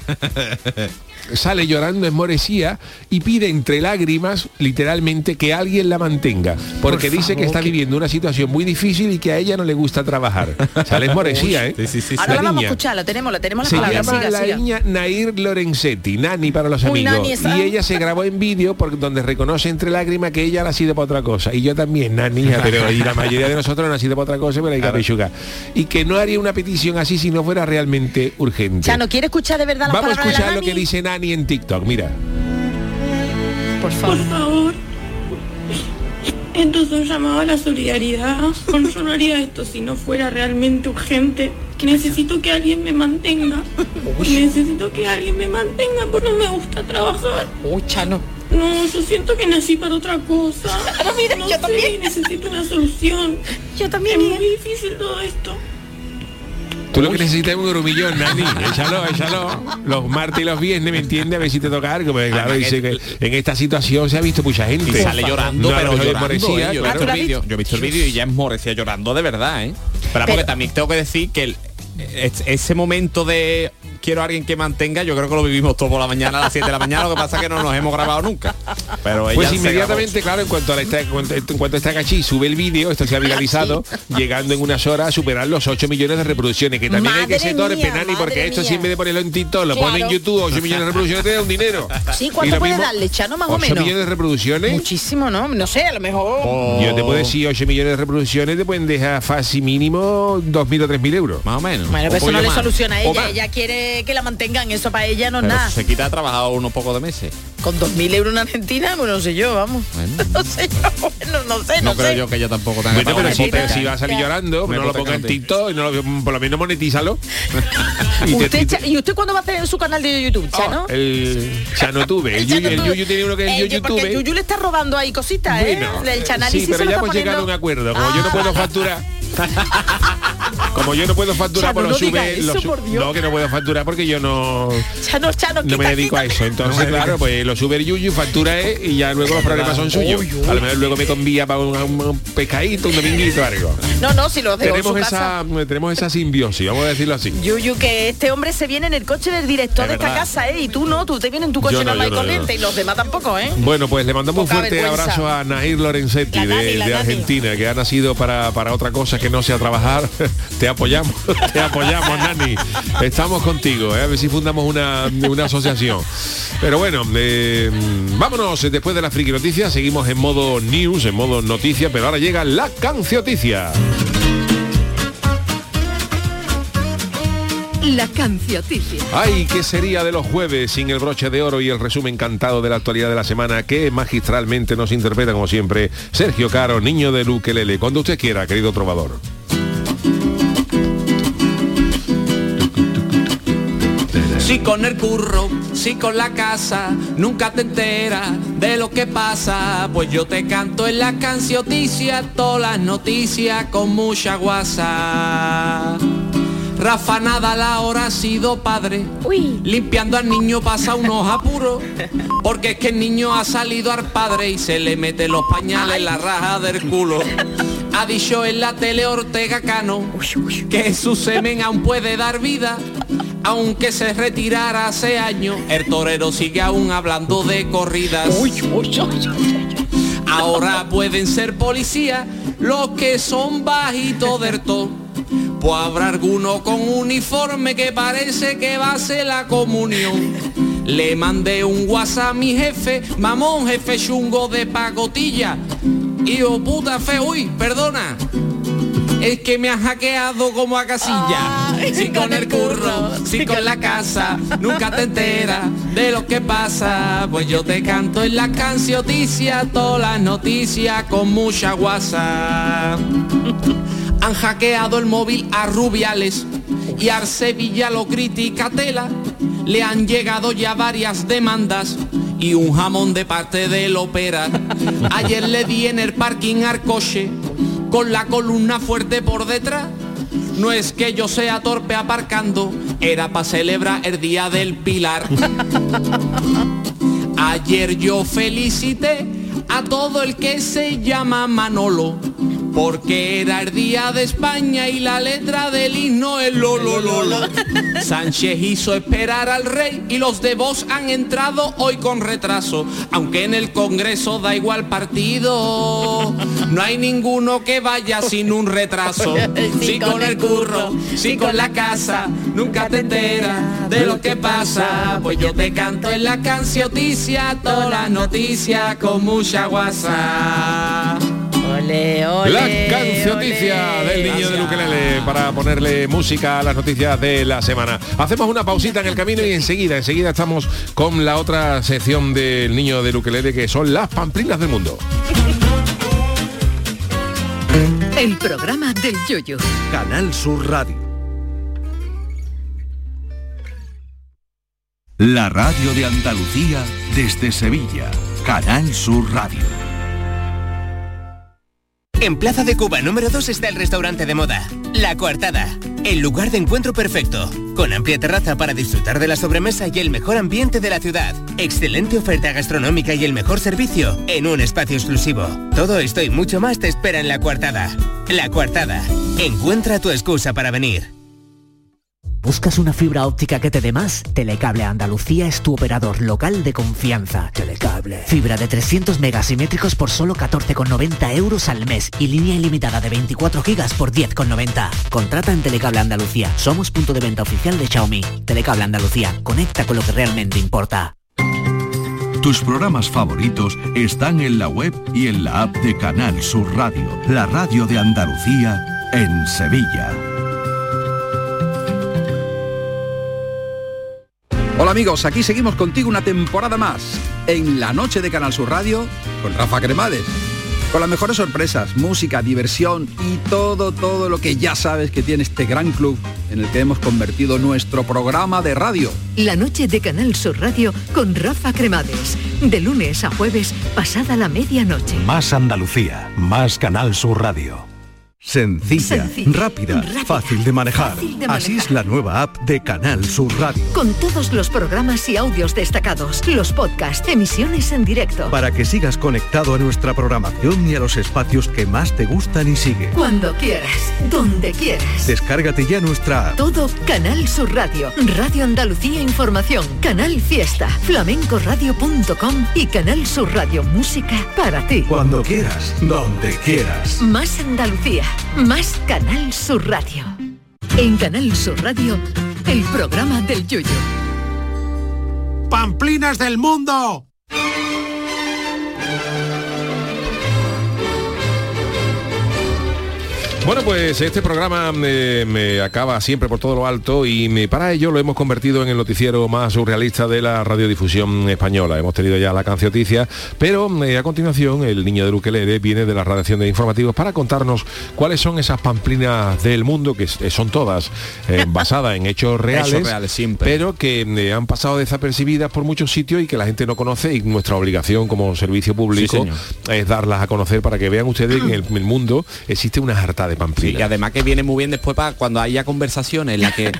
N: O, sale llorando esmorecía y pide entre lágrimas, literalmente, que alguien la mantenga. Porque dice que está viviendo una situación muy difícil y que a ella no le gusta trabajar. Sale esmorecía, ¿eh?
Q: Ahora la vamos a
N: niña.
Q: escuchar, la tenemos, la tenemos
N: Se
Q: las palabras.
N: llama
Q: siga,
N: la
Q: siga.
N: niña Nair Lorenzetti, Nani para los
Q: Uy,
N: amigos.
Q: Nani, ¿ah? esa-
N: y ella se grabó en vídeo porque donde reconoce entre lágrimas que ella no ha sido para otra cosa. Y yo también, Nani, pero y la mayoría de nosotros no ha sido para otra cosa, pero hay que pechugar. Y que no haría una petición así si no fuera realmente urgente.
Q: Chano, ¿quiere escuchar de verdad las
N: Vamos a
Q: palabras
N: escuchar
Q: de la
N: lo que
Q: Nani?
N: dice Nani en TikTok, mira.
Q: Por favor.
T: Entonces un llamado a la solidaridad. Bueno, Yo no haría esto si no fuera realmente urgente. Que necesito que alguien me mantenga. Necesito que alguien me mantenga porque no me gusta trabajar.
Q: Uy, Chano.
T: No, yo siento que nací para otra cosa.
Q: <laughs> mira,
T: no
Q: yo
T: sé,
Q: también.
T: Necesito una solución.
Q: Yo también.
T: Es muy difícil todo esto.
N: Tú lo que necesitas es un grumillón, Nani. <laughs> Échalo, échalo. Los martes y los viernes, ¿me entiendes? A ver si te toca algo. porque, claro, dice que en esta situación se ha visto mucha gente.
O: Y sale llorando,
N: No,
O: pero
N: no, no,
O: llorando,
N: parecía,
O: ¿eh? yo, he
N: claro.
O: visto el vídeo, yo he visto el vídeo y ya es Morecía llorando de verdad, ¿eh? Pero, porque también tengo que decir que el- es- ese momento de quiero a alguien que mantenga, yo creo que lo vivimos todos por la mañana a las 7 de la mañana, lo que pasa es que no nos hemos grabado nunca. Pero ella
N: Pues
O: se
N: inmediatamente, claro, en cuanto a la esta- en cuanto- en cuanto a esta cachí sube el vídeo, esto se ha
O: <laughs>
N: viralizado, llegando en unas horas a superar los 8 millones de reproducciones, que también hay
Q: Madre
N: que ser torpe,
Q: mía,
N: Nani, porque
Q: madre
N: esto
Q: mía.
N: si en vez de ponerlo en TikTok, lo pone en
Q: Claro.
N: YouTube, 8 millones de reproducciones te da un dinero.
Q: Sí,
N: Y
Q: ¿cuánto
N: lo
Q: puede
N: mismo,
Q: darle, Chano, más o
N: 8
Q: menos?
N: millones de reproducciones.
Q: Muchísimo, ¿no? No sé, a lo mejor...
N: Yo te puedo decir 8 millones de reproducciones te pueden dejar fácil mínimo 2.000 o 3.000 euros.
O: Más o menos.
Q: Bueno, pero eso no le soluciona a
O: O
Q: ella.
O: más.
Q: Ella quiere que la mantengan, eso para ella no es
O: Pero
Q: nada.
O: se quita trabajado unos pocos de meses.
Q: Con 2.000 euros en Argentina, bueno, no sé yo, vamos. <laughs> No sé yo, bueno, no sé, no,
O: No creo
Q: sé.
O: yo que ella tampoco tenga
N: Bueno,
O: pagado
N: pero
O: una
N: si,
O: hipoteca,
N: pero si
O: ¿eh?
N: va a salir llorando,
O: Una
N: no lo
O: hipoteca
N: ponga en
O: no
N: TikTok, y no lo- por lo menos monetízalo. <laughs> Y te- Ah,
Q: Usted, Cha- ¿Y usted cuándo va a hacer su canal de YouTube, Chano?
N: El Chano
Q: <laughs>
N: Tuve. El, Yuyu- el Yuyu tiene uno que
Q: Eh,
N: es
Q: yo-
N: Yuyu
Q: Porque
N: Tuve.
Q: Yuyu le está robando ahí cositas,
N: Bueno,
Q: ¿eh? El Chanal
N: sí, pero ya hemos llegado a un acuerdo. Como
Q: Ah,
N: yo no puedo
Q: <laughs>
N: facturar. Como yo no puedo facturar,
Q: Chano,
N: por
Q: no
N: los
Q: diga
N: sube, lo
Q: eso,
N: su-
Q: por Dios.
N: no que no puedo facturar porque yo no,
Q: Chano, Chano,
N: no me
Q: quita,
N: dedico a
Q: quita.
N: eso. Entonces, claro, pues lo sube el Yuyu, factura él y ya luego los problemas son suyos.
Q: Uy,
N: A lo mejor luego me convía para un, un pescadito, un dominguito o algo.
Q: No, no, si lo dejo en su
N: Tenemos
Q: casa.
N: esa, tenemos esa simbiosis, vamos a decirlo así.
Q: Yuyu, que este hombre se viene en el coche del director
N: Es
Q: de esta
N: verdad.
Q: casa, ¿eh? Y tú no, tú te vienes en tu coche
N: Yo no,
Q: normal y
N: yo no, yo
Q: corriente
N: no.
Q: y los demás tampoco,
N: <laughs>
Q: ¿eh?
N: Bueno, pues le mandamos un
Q: Poca
N: fuerte
Q: vergüenza.
N: abrazo a Nair Lorenzetti
Q: La
N: de,
Q: Nani, la
N: de
Q: Nani.
N: Argentina, que ha nacido para, para otra cosa que no sea trabajar. <laughs> te apoyamos, <laughs> te apoyamos, Nani. Estamos contigo, ¿eh? a ver si fundamos una, una asociación. Pero bueno, eh, vámonos eh, después de la friki noticias, seguimos en modo news, en modo noticia, pero ahora llega la cancioticia.
F: La cancioticia.
N: Ay, ¿qué sería de los jueves sin el broche de oro y el resumen cantado de la actualidad de la semana que magistralmente nos interpreta como siempre Sergio Caro, niño de Luque Lele, cuando usted quiera, querido trovador.
S: Si con el curro, si con la casa, nunca te enteras de lo que pasa, pues yo te canto en la cancioticia todas las noticias con mucha guasa. Rafa Nadal ahora ha sido padre, limpiando al niño pasa unos apuros, porque es que el niño ha salido al padre y se le mete los pañales en la raja del culo. Ha dicho en la tele Ortega Cano que su semen aún puede dar vida, aunque se retirara hace años, el torero sigue aún hablando de corridas. Ahora pueden ser policías los que son bajitos del todo. Pues habrá alguno con uniforme que parece que va a ser la comunión. Le mandé un WhatsApp a mi jefe, mamón jefe chungo de pacotilla. Hijo puta fe, uy, perdona. Es que me ha hackeado como a casilla. si con el curro, si con la casa, nunca te enteras de lo que pasa. Pues yo te canto en la cancioticia, todas las noticias con mucha guasa. Han hackeado el móvil a Rubiales y a Sevilla lo critica Tela. Le han llegado ya varias demandas y un jamón de parte del
O: <laughs>
S: ópera. Ayer le di en el parking al coche con la columna fuerte por detrás. No es que yo sea torpe aparcando, era para celebrar el día del pilar. Ayer yo felicité a todo el que se llama Manolo, porque era el día de España y la letra del himno es Lolo Lolo. Sánchez hizo esperar al rey y los de Vox han entrado hoy con retraso, aunque en el Congreso da igual partido. No hay ninguno que vaya sin un retraso. Si con el curro, si con la casa, nunca te enteras de lo que pasa. Pues yo te canto en la cancioticia, todas las noticias con mucha guasa.
Q: Ole, ole,
N: La cancioticia
Q: ole.
N: del niño de Luquelele para ponerle música a las noticias de la semana. Hacemos una pausita en el camino y enseguida, enseguida estamos con la otra sección del niño de Luquelele que son las pamplinas del mundo.
F: El programa del yoyo.
G: Canal Sur Radio. La radio de Andalucía desde Sevilla. Canal Sur Radio.
U: En Plaza de Cuba número 2 está el restaurante de moda, La Coartada. El lugar de encuentro perfecto, con amplia terraza para disfrutar de la sobremesa y el mejor ambiente de la ciudad. Excelente oferta gastronómica y el mejor servicio en un espacio exclusivo. Todo esto y mucho más te espera en La Coartada. La Coartada. Encuentra tu excusa para venir.
V: ¿Buscas una fibra óptica que te dé más? Telecable Andalucía es tu operador local de confianza. Telecable. Fibra de 300 megasimétricos por solo 14,90 euros al mes y línea ilimitada de 24 gigas por 10,90. Contrata en Telecable Andalucía. Somos punto de venta oficial de Xiaomi. Telecable Andalucía. Conecta con lo que realmente importa.
G: Tus programas favoritos están en la web y en la app de Canal Sur Radio, la radio de Andalucía en Sevilla.
W: Hola amigos, aquí seguimos contigo una temporada más en la noche de Canal Sur Radio con Rafa Cremades. Con las mejores sorpresas, música, diversión y todo, todo lo que ya sabes que tiene este gran club en el que hemos convertido nuestro programa de radio.
F: La noche de Canal Sur Radio con Rafa Cremades. De lunes a jueves, pasada la medianoche.
G: Más Andalucía, más Canal Sur Radio. Sencilla,
F: Sencilla,
G: rápida,
F: rápida,
G: fácil de manejar.
F: fácil de
G: Así es la nueva app de Canal Sur Radio.
F: Con todos los programas y audios destacados, los podcasts, emisiones en directo.
G: Para que sigas conectado a nuestra programación y a los espacios que más te gustan y sigue.
F: Cuando quieras, donde quieras.
G: Descárgate ya nuestra app.
F: Todo Canal Sur Radio, Radio Andalucía Información, Canal Fiesta, flamencoradio.com y Canal Sur Radio Música para ti.
G: Cuando quieras, donde quieras.
F: Más Andalucía, más Canal Sur Radio. En Canal Sur Radio, el programa del Yoyo.
X: ¡Pamplinas del mundo!
N: Bueno, pues este programa eh, me acaba siempre por todo lo alto y me- para ello lo hemos convertido en el noticiero más surrealista de la radiodifusión española. Hemos tenido ya la cancioticia, pero eh, a continuación el niño de Luquelere viene de la redacción de informativos para contarnos cuáles son esas pamplinas del mundo, que s- son todas
O: <laughs>
N: eh, basadas en hechos reales,
O: Hechos reales, siempre.
N: pero que eh, han pasado desapercibidas por muchos sitios y que la gente no conoce y nuestra obligación como servicio público
O: señor.
N: es darlas a conocer para que vean ustedes que en el, en el mundo existe una jarta de pamplinas.
O: Y que además que viene muy bien después para cuando haya conversaciones en las que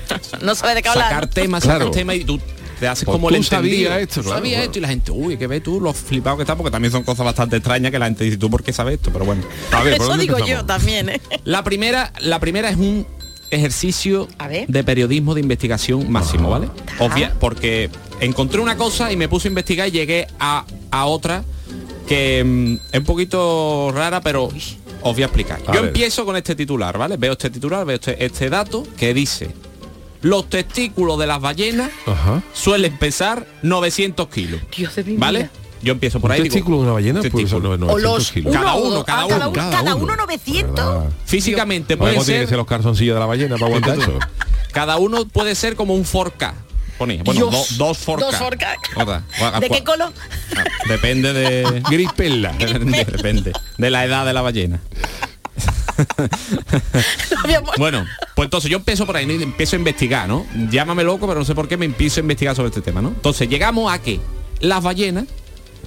Q: No sabe de qué hablar.
O: sacar temas,
N: Claro.
O: sacar temas y tú te haces
N: Pues
O: como
N: tú
O: el entendido.
N: sabías esto,
O: Tú
N: claro,
O: sabías
N: claro.
O: esto y la gente, uy, que ve tú lo flipado que está, porque también son cosas bastante extrañas que la gente dice, ¿tú por qué sabes esto? Pero bueno. A ver,
Q: Eso digo yo también, ¿eh?
O: La primera, la primera es un ejercicio
Q: A ver. Ah.
O: de periodismo de investigación máximo, ¿vale? Obvia, porque encontré una cosa y me puse a investigar y llegué a, a otra que mm, es un poquito rara, pero os voy a explicar.
N: A
O: Yo
N: ver.
O: empiezo con este titular, ¿vale? Veo este titular, veo este, este dato que dice, los testículos de las ballenas
N: Ajá.
O: suelen pesar 900 kilos.
Q: Dios de mi
O: ¿Vale?
Q: vida.
O: Yo empiezo por ahí. digo,
N: testículo de una ballena Pues puede ser
O: testículo.
N: 900 O los- kilos. uno
O: Cada
N: o
O: uno,
N: dos.
O: cada
N: Ah,
O: uno.
N: cada uno, cada uno.
Q: Uno 900.
O: Físicamente
N: Ah. Vamos,
O: puede
N: tiene que
O: ser
N: ser los calzoncillos de la ballena para aguantar eso.
O: Cada uno puede ser como un forca. Pone, bueno,
Q: Dios.
O: do- dos forcas.
Q: Dos forcas.
O: Otra. Otra.
Q: ¿De qué color? <laughs>
O: Ah, Depende de...
N: Grispella.
O: <laughs> Depende. De la edad de la ballena. bueno, pues entonces yo empiezo por ahí, ¿no? Y empiezo a investigar, ¿no? Llámame loco, pero no sé por qué me empiezo a investigar sobre este tema, ¿no? Entonces llegamos a que las ballenas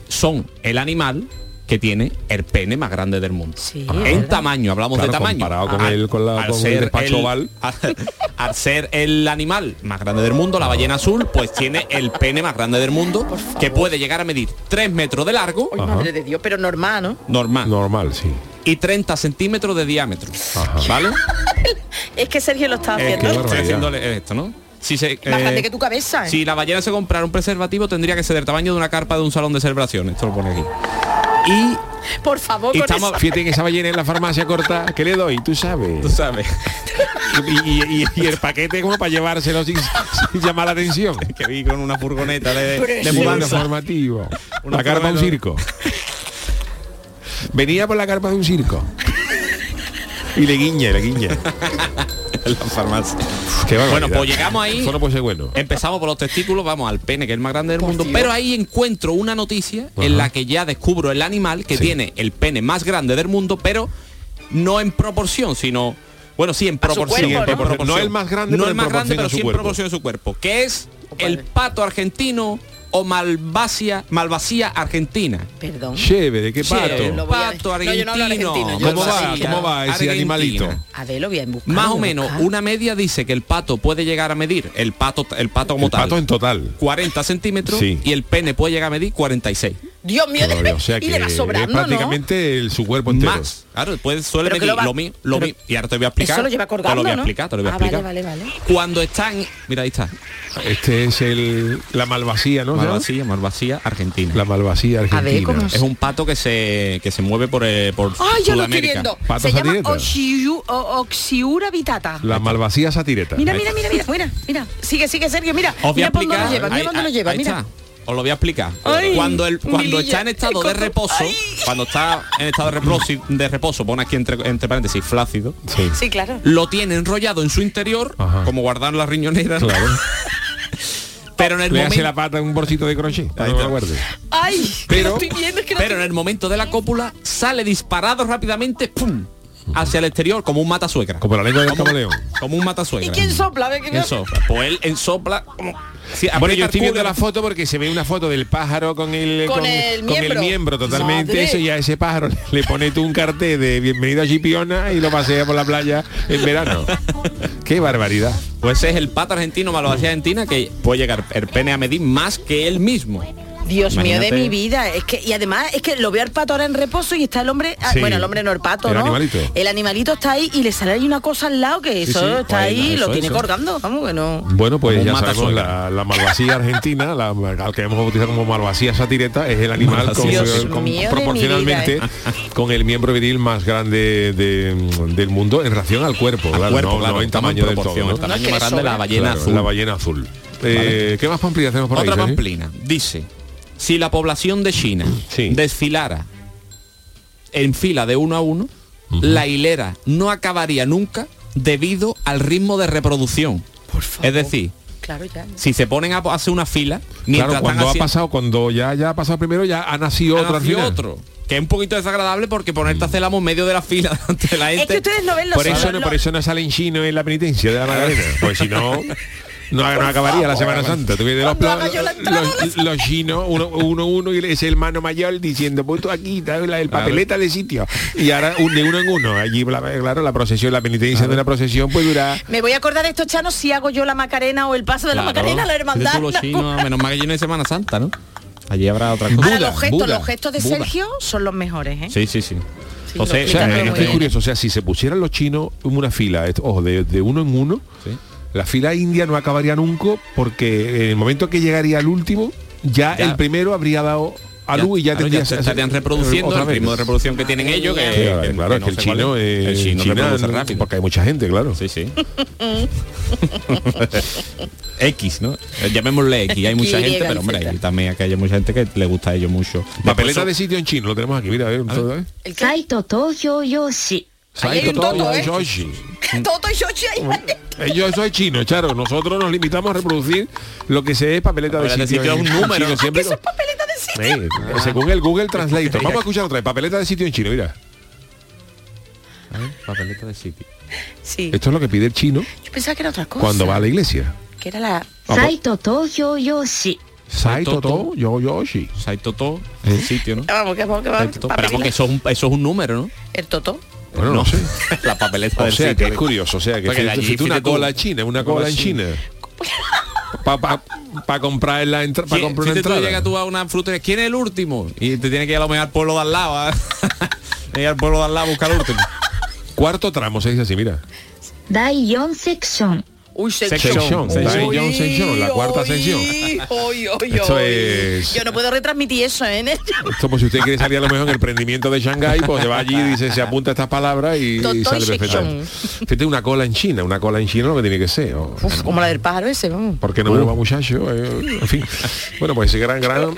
O: son el animal que tiene el pene más grande del mundo. en
N: ¿verdad?
O: tamaño, hablamos
N: Claro,
O: de tamaño.
N: comparado con
O: Al-
N: el- con la-
O: al
N: con el
O: ser
N: despacho oval.
O: <laughs> al, al ser el animal más grande del mundo, la
N: Ah.
O: ballena azul, pues tiene el pene más grande del mundo, que puede llegar a medir 3 metros de largo,
Q: Ay, madre de Dios, pero normal, ¿no?
O: normal,
N: Normal, sí.
O: y 30 centímetros de diámetro. ¿Vale?
Q: Es que Sergio lo está
O: Eh,
Q: haciendo.
O: estoy haciéndole esto, ¿no? Si se,
Q: Más grande
O: eh,
Q: que tu cabeza. ¿eh?
O: si la ballena se comprara un preservativo tendría que ser del tamaño de una carpa de un salón de celebraciones. Esto lo pone aquí. Y
Q: Por favor,
O: Y
Q: con
O: estamos-
Q: eso.
N: Fíjate que esa ballena en la farmacia corta, ¿qué le doy? Tú sabes. Tú
O: sabes.
N: Y, y- y- y el paquete como para llevárselo sin, sin llamar la atención.
O: que vi con una furgoneta de, de
N: Sí, un
O: mudanza.
N: informativo.
O: Una
N: la carpa de un
O: furgoneta.
N: circo. Venía por la carpa de un circo. Y le guiña, le guiña.
O: en la farmacia.
N: Qué
O: Bueno,
N: barbaridad.
O: pues llegamos ahí. Eh,
N: Eso no puede ser bueno.
O: Empezamos por los testículos, vamos al pene, que es el más grande del mundo. Pero ahí encuentro una noticia en la que ya descubro el animal que tiene el pene más grande del mundo, pero no en proporción, sino. Bueno, sí, en
N: A su
O: proporción.
N: cuerpo,
O: en
N: ¿no?
O: proporción.
N: No el más grande,
O: No
N: pero
O: el
N: en
O: más grande,
N: proporción a
O: pero
N: su
O: sí en
N: cuerpo.
O: proporción de su cuerpo. Que es
N: Oh,
O: el pato argentino o malvasia, malvasía argentina.
Q: Perdón.
N: Chévere, qué pato.
O: Chévere, lo voy a-
Q: Pato
O: No, yo no hablo
Q: argentino.
O: argentino, yo
N: ¿Cómo
O: hablo
N: va?
O: así,
N: ¿Cómo va ese
O: argentina.
N: animalito?
Q: A ver, lo voy a buscar.
O: Más
Q: lo
O: o
Q: voy a
O: menos,
Q: buscar.
O: una media dice que el pato puede llegar a medir, el pato, el pato como
N: El
O: tal,
N: pato en total.
O: 40 centímetros
N: Sí.
O: y el pene puede llegar a medir 46.
Q: Dios
N: <laughs>
Q: mío,
N: Todavía, o sea
Q: y le va
N: que
Q: sobrando,
N: es
Q: ¿no?
N: prácticamente el- su cuerpo entero.
O: Más. Claro, después suele
Q: Pero que
O: medir
Q: lo va-
O: lo, mi- lo
Q: pero-
O: mi- Y ahora te voy a explicar.
Q: Eso lo lleva
O: te lo
Q: colgando,
O: voy a
Q: ¿no?
O: explicar, te lo voy a
Q: Ah,
O: explicar.
Q: vale, vale, vale.
O: Cuando están. Mira, ahí está.
N: Este es el la malvasía, ¿no?
O: Malvasía, malvasía argentina.
N: La malvasía
Q: ver,
N: argentina.
Q: ¿cómo
O: Es un pato que se, que se mueve por, eh, por
Q: Ay, ya lo estoy
O: Sudamérica.
Q: viendo. Se llama
N: satireta.
Q: Oxiu- o- Oxiura vitata.
N: La malvasía satireta.
Q: Mira, mira, mira, mira, mira, mira. Sigue, sigue, Sergio, mira.
O: Os voy a
Q: Mira por dónde
O: explicar.
Q: lo lleva, mira
O: Ahí-
Q: por dónde lo
O: ahí-
Q: lleva,
O: ahí
Q: mira.
O: está. Os lo voy a explicar.
Q: Ay,
O: cuando el, cuando
Q: humililla.
O: está en estado de
Q: Ay,
O: reposo, cuando está en estado de reposo, de reposo pone aquí entre, entre paréntesis flácido,
Q: Sí, claro.
O: lo tiene enrollado en su interior, como guardar las riñoneras. Pero en el
N: Le hace
O: momento
N: la pata en un bolsito de crochet. para que
O: está.
N: lo guarde.
Q: Ay, que
O: Pero-
Q: lo estoy viendo, es que lo
O: Pero en el momento de la cópula sale disparado rápidamente ¡pum! hacia el exterior como un matasuegra.
N: Como la lengua del camaleón.
O: Como un matasuegra.
Q: ¿Y quién sopla? A ver, que
O: ¿Quién sopla? Pues él en sopla como... Sí,
N: Bueno,
O: aprieta
N: yo estoy
O: el culo.
N: viendo la foto porque se ve una foto del pájaro con el,
Q: Con el miembro.
N: totalmente
Q: Madre.
N: eso y a ese pájaro le pone tú un cartel de bienvenido a Chipiona y lo pasea por la playa en verano. Qué barbaridad.
O: Pues ese es el pato argentino malvasía argentina que puede llegar el pene a medir más que él mismo.
Q: Dios mío
O: Imagínate.
Q: de mi vida, es que y además es que lo veo al pato ahora en reposo y está el hombre, ah,
O: Sí.
Q: bueno, el hombre no el pato,
O: El
Q: ¿no?
O: animalito.
Q: El animalito está ahí y le sale ahí una cosa al lado que
N: Sí,
Q: eso
N: sí.
Q: está
N: Ahí,
Q: ahí,
N: eso,
Q: lo tiene
N: eso.
Q: colgando, vamos que no.
N: Bueno, pues
O: Como
N: ya
O: mata
N: sabemos,
O: suegra.
N: la, la malvasía argentina, la, al que hemos bautizado como malvasía satireta, es el animal con-
Q: Dios
N: con-
Q: mío de mi
N: proporcionalmente
Q: vida,
O: ¿eh?
N: con el miembro viril más grande de- del mundo en relación al cuerpo, claro,
O: cuerpo,
N: no,
O: claro,
N: no en
O: estamos en
N: tamaño del todo.
O: proporción,
N: ¿no?
O: el tamaño No es que más le grande de la sobra. ballena azul.
N: La ballena azul. Eh, ¿Qué más pamplinas tenemos por ahí?
O: Otra
N: Sergio?
O: pamplina. Dice,
N: <clears throat>
O: si la población de China desfilara en fila de uno a uno, la hilera no acabaría nunca debido al ritmo de reproducción. Es decir,
Q: Claro, ya.
O: si se ponen a hacer una fila, mientras
N: Claro,
O: están
N: cuando ha
O: haciendo-
N: pasado, cuando ya, ya ha pasado primero, ya ha nacido
O: ha
N: otro al
O: nacido
N: final.
O: otro. Que es un poquito desagradable porque ponerte a hacer el amo en medio de la fila <laughs> ante la gente.
Q: Es que ustedes no ven los Ah.
N: Por eso, no,
Q: los-
N: por eso no sale en chino en la penitencia de la Magdalena. Pues si no, no, no acabaría la Semana Santa. Tú ves los,
Q: haga yo la entrada,
N: los- los chinos, uno, uno, uno, y es el mano mayor diciendo, pues tú aquí, trae la- el papeleta de sitio. Y ahora un, de uno en uno. Allí, la- claro, la procesión, la penitencia de una procesión pues puede durar.
Q: Me voy a acordar de estos chanos si hago yo la Macarena o el paso de la
O: Claro.
Q: Macarena a la
O: Dices
Q: hermandad.
O: tú, los
Q: ¿no?
O: chinos, menos mal que yo no hay Semana Santa, ¿no? Allí habrá otra cosa.
Q: Ahora, los gestos, los gestos de Sergio son los mejores, ¿eh?
O: Sí, sí, sí.
Q: lo
N: o sea,
Q: explica
N: o sea,
Q: todo muy
N: qué
Q: bien.
N: curioso, o sea, si se pusieran los chinos en una fila, esto- ojo, de, de uno en uno, la fila india no acabaría nunca porque en el momento que llegaría al último, ya, el primero habría dado a luz y ya
O: Claro,
N: tendría
O: se estarían reproduciendo
N: otra
O: el
N: vez.
O: ritmo de reproducción que tienen ellos que,
N: Sí, claro, claro, es
O: no
N: que el
O: sé cuál
N: chino,
O: es.
N: eh,
O: el chino
N: China,
O: reproduce
N: no,
O: rápido
N: porque hay mucha gente claro sí <laughs>
O: sí X no Eh, llamémosle X hay mucha
N: Y,
O: gente pero hombre
N: Z.
O: hay también aquí hay mucha gente que le gusta a ellos mucho
N: Papeleta de sitio en chino, lo tenemos aquí, mira, a ver,
O: Ah.
N: ¿eh? ¿sabes?
R: Saito Tojo Yoshi.
N: Saito, Toto,
O: ¿eh?
N: Yoshi.
Q: Toto y Yoshi
N: Eh, Yo soy chino, Charo. Nosotros nos limitamos a reproducir lo que se es papeleta de
O: Papeleta
N: sitio.
O: de sitio es un
N: en- en
O: número.
N: chino, siempre con- Eh,
O: Ah.
N: según el Google Translator. Vamos a escuchar otra vez. Papeleta de sitio en chino, mira.
O: papeleta de sitio
Q: Sí.
O: Eh.
N: Esto es lo que pide el chino
Q: Yo pensaba que era otra cosa.
N: cuando va a la iglesia.
Q: Que era la...
R: Saito Tojo Yoshi.
N: Saito to, yo yoshi.
O: Saito to, el sitio, ¿no?
Q: Vamos, que vamos, que vamos.
O: Saito to. Pero vamos, que eso es, un, eso es un número, ¿no?
Q: El Toto.
N: Bueno, no,
O: <laughs>
N: sé.
O: La papeleta
N: O
O: del
N: sea,
O: sitio.
N: que es curioso. O sea, que
O: Porque de
N: fíjate,
O: allí,
N: fíjate una
O: fíjate tú.
N: cola en China, una cola en China.
O: <laughs>
N: Para comprar la entra- pa
O: ¿Quién-
N: comprar una
O: si tú
N: entrada.
O: llegas tú a una frutería, ¿quién es el último? Y te tiene que ir a lo mejor al pueblo de al lado, <laughs> a- ir al pueblo de al lado a buscar el último.
N: Cuarto tramo, se dice así, mira.
R: Dai 4 Section.
Q: Uy,
N: Sección, Dai Yon Sección, la cuarta sección.
Q: Oy, oy,
N: <laughs> Esto
Q: oy.
N: es-
Q: Yo no puedo retransmitir eso, ¿eh? <laughs>
N: Es como si usted quiere salir a lo mejor en el prendimiento de Shanghái, pues se va allí, dice, se apunta estas palabras y,
Q: Totoy
N: y sale
Q: Section.
N: perfectamente. Fíjate, una cola en China, una cola en China lo que tiene que ser. o-
Q: Uf, como la del pájaro ese, vamos.
N: ¿Por qué no me lo va muchacho? Eh, en fin. Bueno, pues ese gran, gran,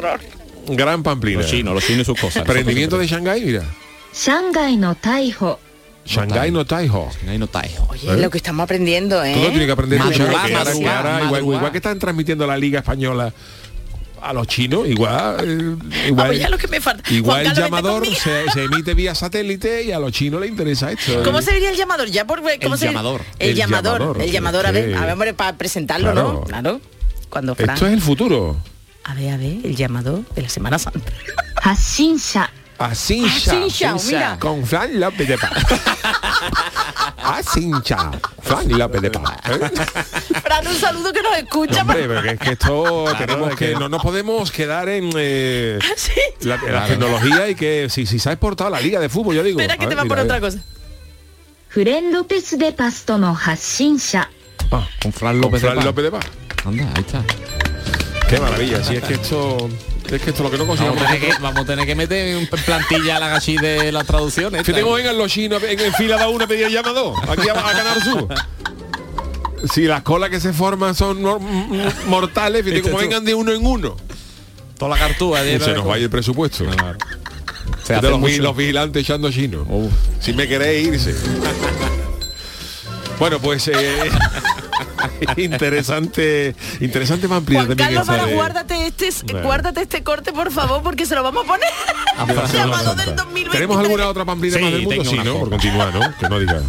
N: gran pamplina.
O: Los chinos, los chinos y sus cosas.
N: Prendimiento de Shanghái, mira.
R: Shanghai no Taiho.
N: Shanghái no Taiho.
O: Shanghái no Taiho.
Q: Oye, lo que estamos aprendiendo, ¿eh?
N: ¿Eh? Tú lo tienes que aprender
Q: Madrugar,
N: escuchar, que ahora- que
Q: madrugar,
N: ahora, igual,
Q: madrugar.
N: igual que están transmitiendo la Liga Española a los chinos, igual, eh, igual,
Q: Vamos, ya lo que me falta.
N: igual
Q: Juan
N: el
Q: Carlos, vente
N: llamador
Q: conmigo.
N: se, se emite vía satélite y a los chinos les interesa esto. eh.
Q: ¿Cómo se diría el llamador? Ya por ¿cómo
N: El
Q: se-
N: llamador.
Q: El,
N: El
Q: llamador,
N: llamador,
Q: el llamador, a ver,
N: sí.
Q: a ver, hombre, para presentarlo, ¿no? Claro.
N: Claro.
Q: Cuando Fran.
N: Esto es el futuro.
Q: A ver, a ver, el llamador de la Semana Santa. <laughs>
R: Hashinsha.
N: Así
Q: Así ya, mira.
N: Con Fran López de Paz. Así ya, Fran López de Paz. ¿eh?
Q: Fran, un saludo que nos escucha.
N: Hombre, pero que es que esto tenemos
O: es
N: que,
O: que-
N: no nos podemos quedar en eh,
Q: <laughs> ¿Sí?
N: la, la
O: Claro.
N: tecnología y que si, si se ha exportado la liga de fútbol, yo digo.
Q: Espera que
N: a
Q: te
N: ver,
Q: va
N: mira,
Q: por
N: a ver.
Q: otra cosa.
R: Fren López de Pasto no Hashinsha.
O: Con Fran López
N: Fran
O: de Paz.
N: López de Paz.
O: Anda, ahí está.
N: Qué maravilla, si es que esto es que esto lo que no
O: Vamos
N: conseguimos.
O: a tener que, vamos a tener que meter en plantilla la gachi de las traducciones.
N: Que tengo vengan los chinos en, en fila da una pedida llamado. Aquí a, a ganar su. Si las colas que se forman son nor- m- m- mortales, fíjate como vengan de uno en uno.
O: Toda la cartúa.
N: Se nos va a ir el presupuesto.
O: Se
N: De
O: hace
N: los, vi-
O: mucho.
N: los vigilantes echando chino. Si me queréis irse. bueno, pues eh, <laughs> interesante, interesante más amplio
Q: Juan
N: también
Q: Carlos,
N: esa
Q: para
N: de-
Q: guárdate este,
N: Bueno.
Q: guárdate este corte, por favor, porque se lo vamos a poner.
O: Ah,
Q: <laughs>
N: de la Semana
Q: Llamado
N: Santa.
Q: del 2023.
N: ¿Tenemos alguna otra pamplina
O: Sí,
N: más del mundo?
O: tengo
N: Sí,
O: una
N: ¿no? Por
O: foto.
N: continuar, ¿no? Que no diga.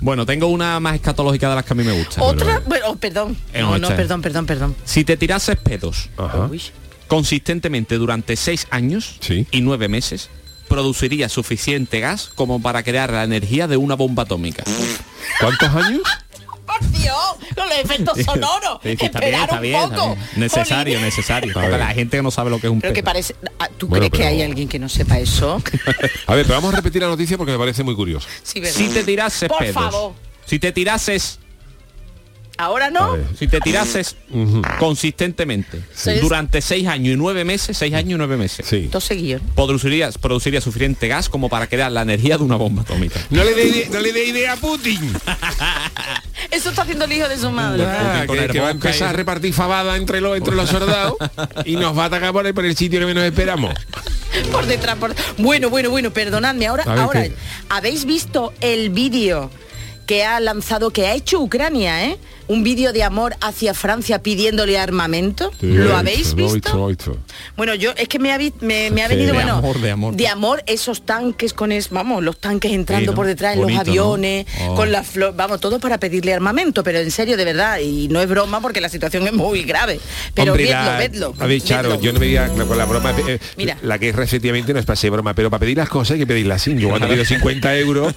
O: Bueno, tengo una más escatológica de las que a mí me gusta.
Q: Otra, bueno, oh, perdón.
O: Eh,
Q: No,
O: no,
Q: no,
O: esta es.
Q: perdón, perdón, perdón.
O: Si te tirases pedos
Q: Uy.
O: consistentemente durante seis años y nueve meses, produciría suficiente gas como para crear la energía de una bomba atómica.
N: ¿Cuántos años?
Q: Por Dios, con los efectos sonoros.
O: <laughs> Sí, sí, está bien,
Q: Esperar
O: está
Q: un
O: bien, está
Q: poco.
O: bien. Necesario, necesario. Para la gente que no sabe lo que es un
Q: Pero que
O: pedo.
Q: parece. ah, ¿Tú
O: Bueno,
Q: crees que
O: pero-
Q: hay alguien que no sepa
O: <laughs>
Q: eso?
N: A ver, pero vamos a repetir la noticia porque me parece muy curioso.
Q: Sí, ¿verdad?
O: Si te tirases
Q: Mm. Por
O: pedos.
Q: favor.
O: Si te tirases
Q: Ahora no.
O: Si te tirases consistentemente
Q: Sí.
O: durante seis años y nueve meses, seis años y nueve meses,
Q: Dos seguidos.
O: produciría, produciría suficiente gas como para crear la energía de una bomba atómica.
N: No le dé ide- no le dé idea a Putin.
Q: Eso está haciendo el hijo de su madre.
N: Ah, que, que va a empezar a repartir fabada entre los entre los soldados y nos va a atacar por el, por el sitio que menos esperamos.
Q: <laughs> por detrás. por- Bueno, bueno, bueno, perdonadme. Ahora,
C: A ver,
Q: ahora
C: ¿qué?
Q: habéis visto el vídeo que ha lanzado, que ha hecho Ucrania, ¿eh? Un vídeo de amor hacia Francia pidiéndole armamento. ¿Lo habéis visto?
N: Lo he visto.
Q: Bueno, yo es que me ha, vi- me, me ha
N: Sí,
Q: venido,
N: de
Q: bueno,
N: amor, de amor.
Q: esos tanques con es, vamos, los tanques entrando
N: Sí, ¿no?
Q: por detrás en
N: Bonito,
Q: los
N: ¿no?
Q: aviones,
N: Oh.
Q: con la flor, vamos, todo para pedirle armamento, pero en serio, de verdad, y no es broma porque la situación es muy grave. Pero
N: Hombre,
Q: vedlo,
N: la-
Q: vedlo.
N: A ver, Charo, yo no me diría con la broma. eh,
Q: Mira.
N: La que es efectivamente no es para ser broma, pero para pedir las cosas hay que pedirlas sin. Yo cuando pido 50 euros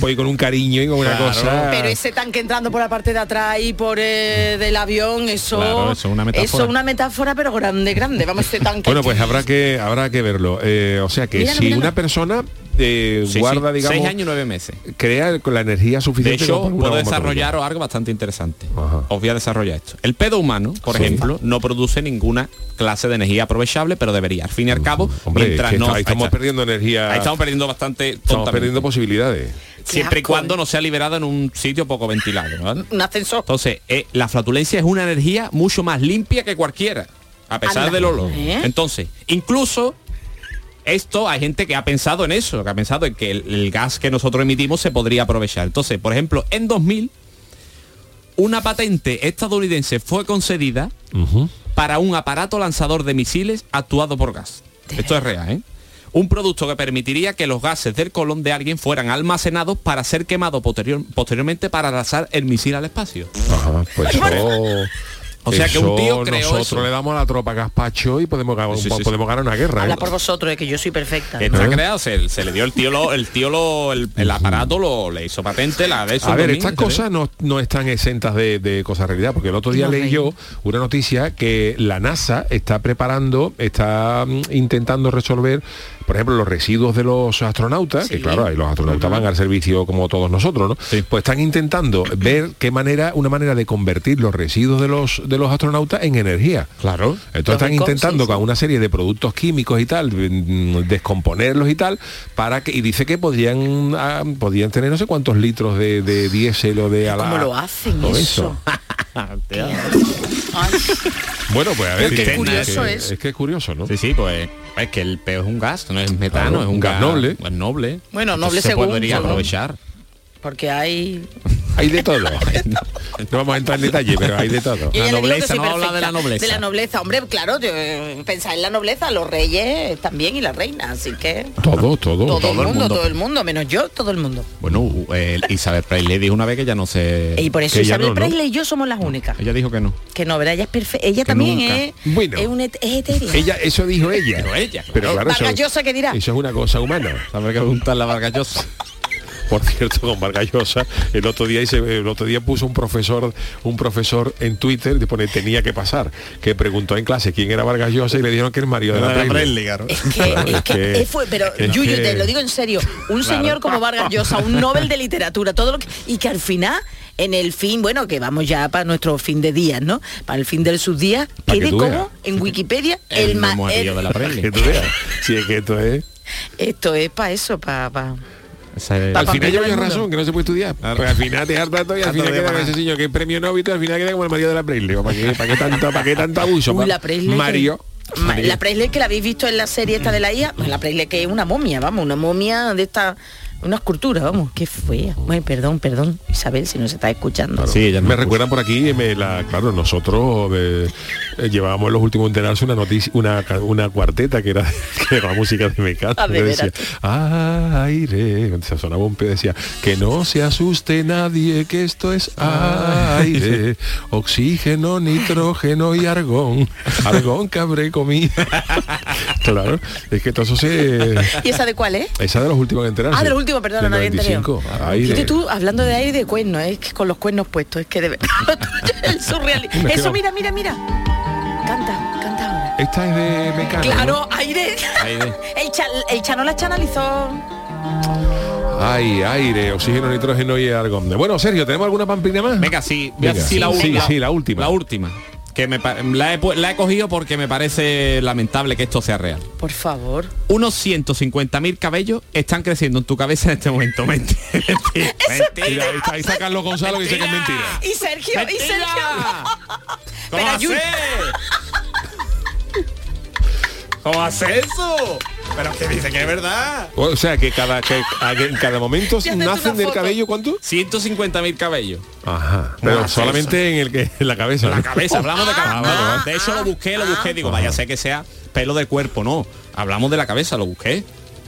N: voy con un cariño y con una cosa.
Q: Pero ese tanque entrando por la parte de atrás y por eh, del avión, eso,
N: Claro, eso es una metáfora.
Q: eso es una metáfora, pero grande, grande. Vamos, ese
N: <laughs>
Q: tanque.
N: Bueno, pues habrá que habrá que verlo. Eh, o sea que
Q: Míralo,
N: si
Q: míralo.
N: una persona eh,
O: Sí, sí,
N: guarda, digamos,
O: seis años nueve meses.
N: crea el- con la energía
O: De
N: suficiente.
O: hecho,
N: como para una
O: puedo
N: bomba
O: desarrollar algo bastante interesante. Os voy a desarrollar esto. El pedo humano, por
N: Sí.
O: ejemplo, no produce ninguna clase de energía aprovechable, pero debería. Al fin y al cabo,
N: Hombre,
O: mientras
N: que
O: no...
N: está- ahí estamos perdiendo energía.
O: Ahí estamos perdiendo bastante...
N: Estamos
O: tontamente.
N: perdiendo posibilidades.
O: Siempre y cuando no sea liberada en un sitio poco ventilado. ¿no?
Q: un ascensor.
O: Entonces, eh, la flatulencia es una energía mucho más limpia que cualquiera, a pesar
Q: Anda.
O: del olor.
Q: ¿Eh?
O: Entonces, incluso esto hay gente que ha pensado en eso, que ha pensado en que el, el gas que nosotros emitimos se podría aprovechar. Entonces, por ejemplo, en 2000, una patente estadounidense fue concedida para un aparato lanzador de misiles actuado por gas. Esto es real, ¿eh? Un producto que permitiría que los gases del colon de alguien fueran almacenados para ser quemados posterior- posteriormente para lanzar el misil al espacio.
N: Ajá,
O: <laughs>
N: pues eso-
O: O sea que un tío
N: eso
O: creó
N: nosotros
O: eso.
N: le damos a la tropa Gaspacho y podemos ganar, podemos ganar una guerra.
Q: Habla
N: ¿eh?
Q: por vosotros, es que yo soy perfecta.
O: Está creado, se, se le dio el tío lo, el tío lo, el, el aparato lo le hizo patente, la de eso.
N: A ver,
O: también,
N: estas
O: ¿eh?
N: cosas no, no están exentas de, de cosas realidad, porque el otro día
O: No,
N: leí
O: rey.
N: yo una noticia que la NASA está preparando, está mm, intentando resolver, por ejemplo, los residuos de los astronautas, que claro, ahí los astronautas van al servicio como todos nosotros, ¿no? Pues están intentando ver qué manera, una manera de convertir los residuos de los de los astronautas en energía. Claro. Entonces están
O: recon- sí,
N: intentando con una serie de productos químicos y tal, mm, descomponerlos y tal, para que, y dice que podrían, ah, podrían tener no sé cuántos litros de, de diésel o de ala.
Q: ¿Cómo lo hacen
N: todo
Q: eso? <laughs>
O: ¿eh?
N: Bueno, pues a ver,
O: Qué
N: que-
O: curioso
N: que-
O: es.
N: que es curioso, ¿no?
O: Sí, sí, pues es que el peo es un gas, no es metano,
N: Claro,
O: es un,
N: un gas noble.
O: Es noble.
Q: Bueno, noble
O: Entonces se
Q: según-
O: podría
Q: según-
O: aprovechar.
Q: Porque hay
N: Hay de todo. <laughs> no vamos a entrar en detalle, pero hay
Q: <laughs>
N: de todo.
Q: Yo ya le digo que soy
O: habla de la
Q: perfecta.
O: nobleza.
Q: De la nobleza, hombre, claro, yo, eh, pensad en la nobleza, los reyes también y la reina, así que
N: Todo, todo.
Q: todo, el mundo, todo el mundo, menos yo, todo el mundo.
O: Bueno, u- el Isabel Presley dijo una vez que ya no se...
N: Eh,
Q: Y por eso
O: que ya
Q: Isabel
O: no, ¿no?
Q: Presley y yo somos las únicas.
O: Ella dijo que no.
Q: Que no, verá, ella es perfecta. Ella también
N: nunca.
Q: es,
N: Bueno.
Q: es, un et- es etérea.
N: Ella, eso dijo ella. Pero
O: ella.
N: Pero claro, eso,
Q: Vargas Llosa, ¿qué dirá?
N: eso es una cosa humana.
O: Habrá que preguntar la Vargas Llosa.
N: Por cierto, con Vargas Llosa, el otro día hice- el otro día puso un profesor, un profesor en Twitter, le pone tenía que pasar, que preguntó en clase quién era Vargas Llosa y le dijeron que el marido de la
O: Era
N: Presley.
Q: Es que, es que- eh, fue, pero
N: es
Q: Yuyu,
N: que-
Q: te lo digo en serio, un
N: Claro.
Q: señor como Vargas Llosa,
N: <laughs>
Q: un Nobel de literatura, todo lo que, y que al final, en el fin, bueno, que vamos ya para nuestro fin de días, ¿no? Para el fin de sus días,
N: Pa' que
Q: quede
N: tú
Q: como
N: veas.
Q: en Wikipedia
N: <laughs>
Q: el, ma- el-
N: Que tú veas. Si es que esto es.
Q: Esto es para eso, para
N: Al final
Q: papel
N: llevo
Q: del
N: yo
Q: mundo.
N: razón, que no se puede estudiar. Porque al final te harta todo y al
O: Harto
N: final
O: de más.
N: queda con ese señor que es premio Nobel y todo, al final queda como el marido de la Presley. Digo, ¿Para qué, para qué tanto, para qué tanto abuso?
Q: Uy,
N: pa-
Q: la Presley que-
N: Mario.
Q: Ma-
N: Mario.
Q: La Presley que la habéis visto en la serie esta de la IA, pues la Presley que es una momia, vamos, una momia de esta, una escultura, vamos, qué fea. Bueno, perdón, perdón, Isabel, si nos está escuchando.
N: me recuerdan por aquí, eh, me la, claro, nosotros eh, eh, llevábamos en los últimos enterarse una noticia, una, ca- una cuarteta que era, <laughs> que era la música de Mecano.
D: Ah, de
N: que decía,
D: veras.
N: aire, se sonaba un pie, decía, que no se asuste nadie, que esto es aire, oxígeno, nitrógeno y argón. Argón que habré comido. <laughs> claro, es que todo
Q: <laughs>
N: eso se...
Q: ¿Y esa de cuál es?
N: Esa de los últimos enterarse.
Q: Ah, de los últimos, perdona,
N: Del
Q: no había entendido.
N: 95, aire.
Q: Fíjate tú, hablando de aire y de cuernos, es que con los cuernos puestos, es que de verdad, <laughs>
N: <laughs>
Q: el surrealismo.
N: Me
Q: Eso,
N: quedo-
Q: mira, mira, mira. Canta, canta ahora.
N: Esta es de Mecano.
Q: Claro,
N: ¿no?
Q: aire.
N: Aire.
Q: <laughs> El, cha- el Chano la chanalizó.
N: Ay, aire, oxígeno, nitrógeno y argón. Bueno, Sergio, ¿tenemos alguna pamplina más?
O: Venga, sí, voy a decir la
N: sí,
O: última.
N: sí, la última.
O: La última. Que me pa- la, he, pu- la he cogido porque me parece lamentable que esto sea real.
Q: Por favor.
O: Unos 150.000 cabellos están creciendo en tu cabeza en este momento. <laughs> Mentira. Mentira. Ahí está- ahí está Carlos Gonzalo que dice que es mentira.
Q: Y Sergio, y
P: ¡Mentira!
Q: Sergio.
O: ¿Cómo
Q: Pero, Yuri-
O: hacer? ¿Cómo hace eso? Pero que dice que es verdad.
N: O sea, que cada que a- que en cada momento nacen del cabello cuánto?
O: 150.000 cabellos.
N: Ajá.
O: No
N: Pero
O: hace
N: solamente en el que en la cabeza.
O: La
N: ¿no?
O: cabeza, hablamos de cabeza.
N: Ah, vale, vale.
O: de hecho lo busqué, lo busqué, digo, vaya, sé que sea pelo del cuerpo, no. Hablamos de la cabeza, lo busqué.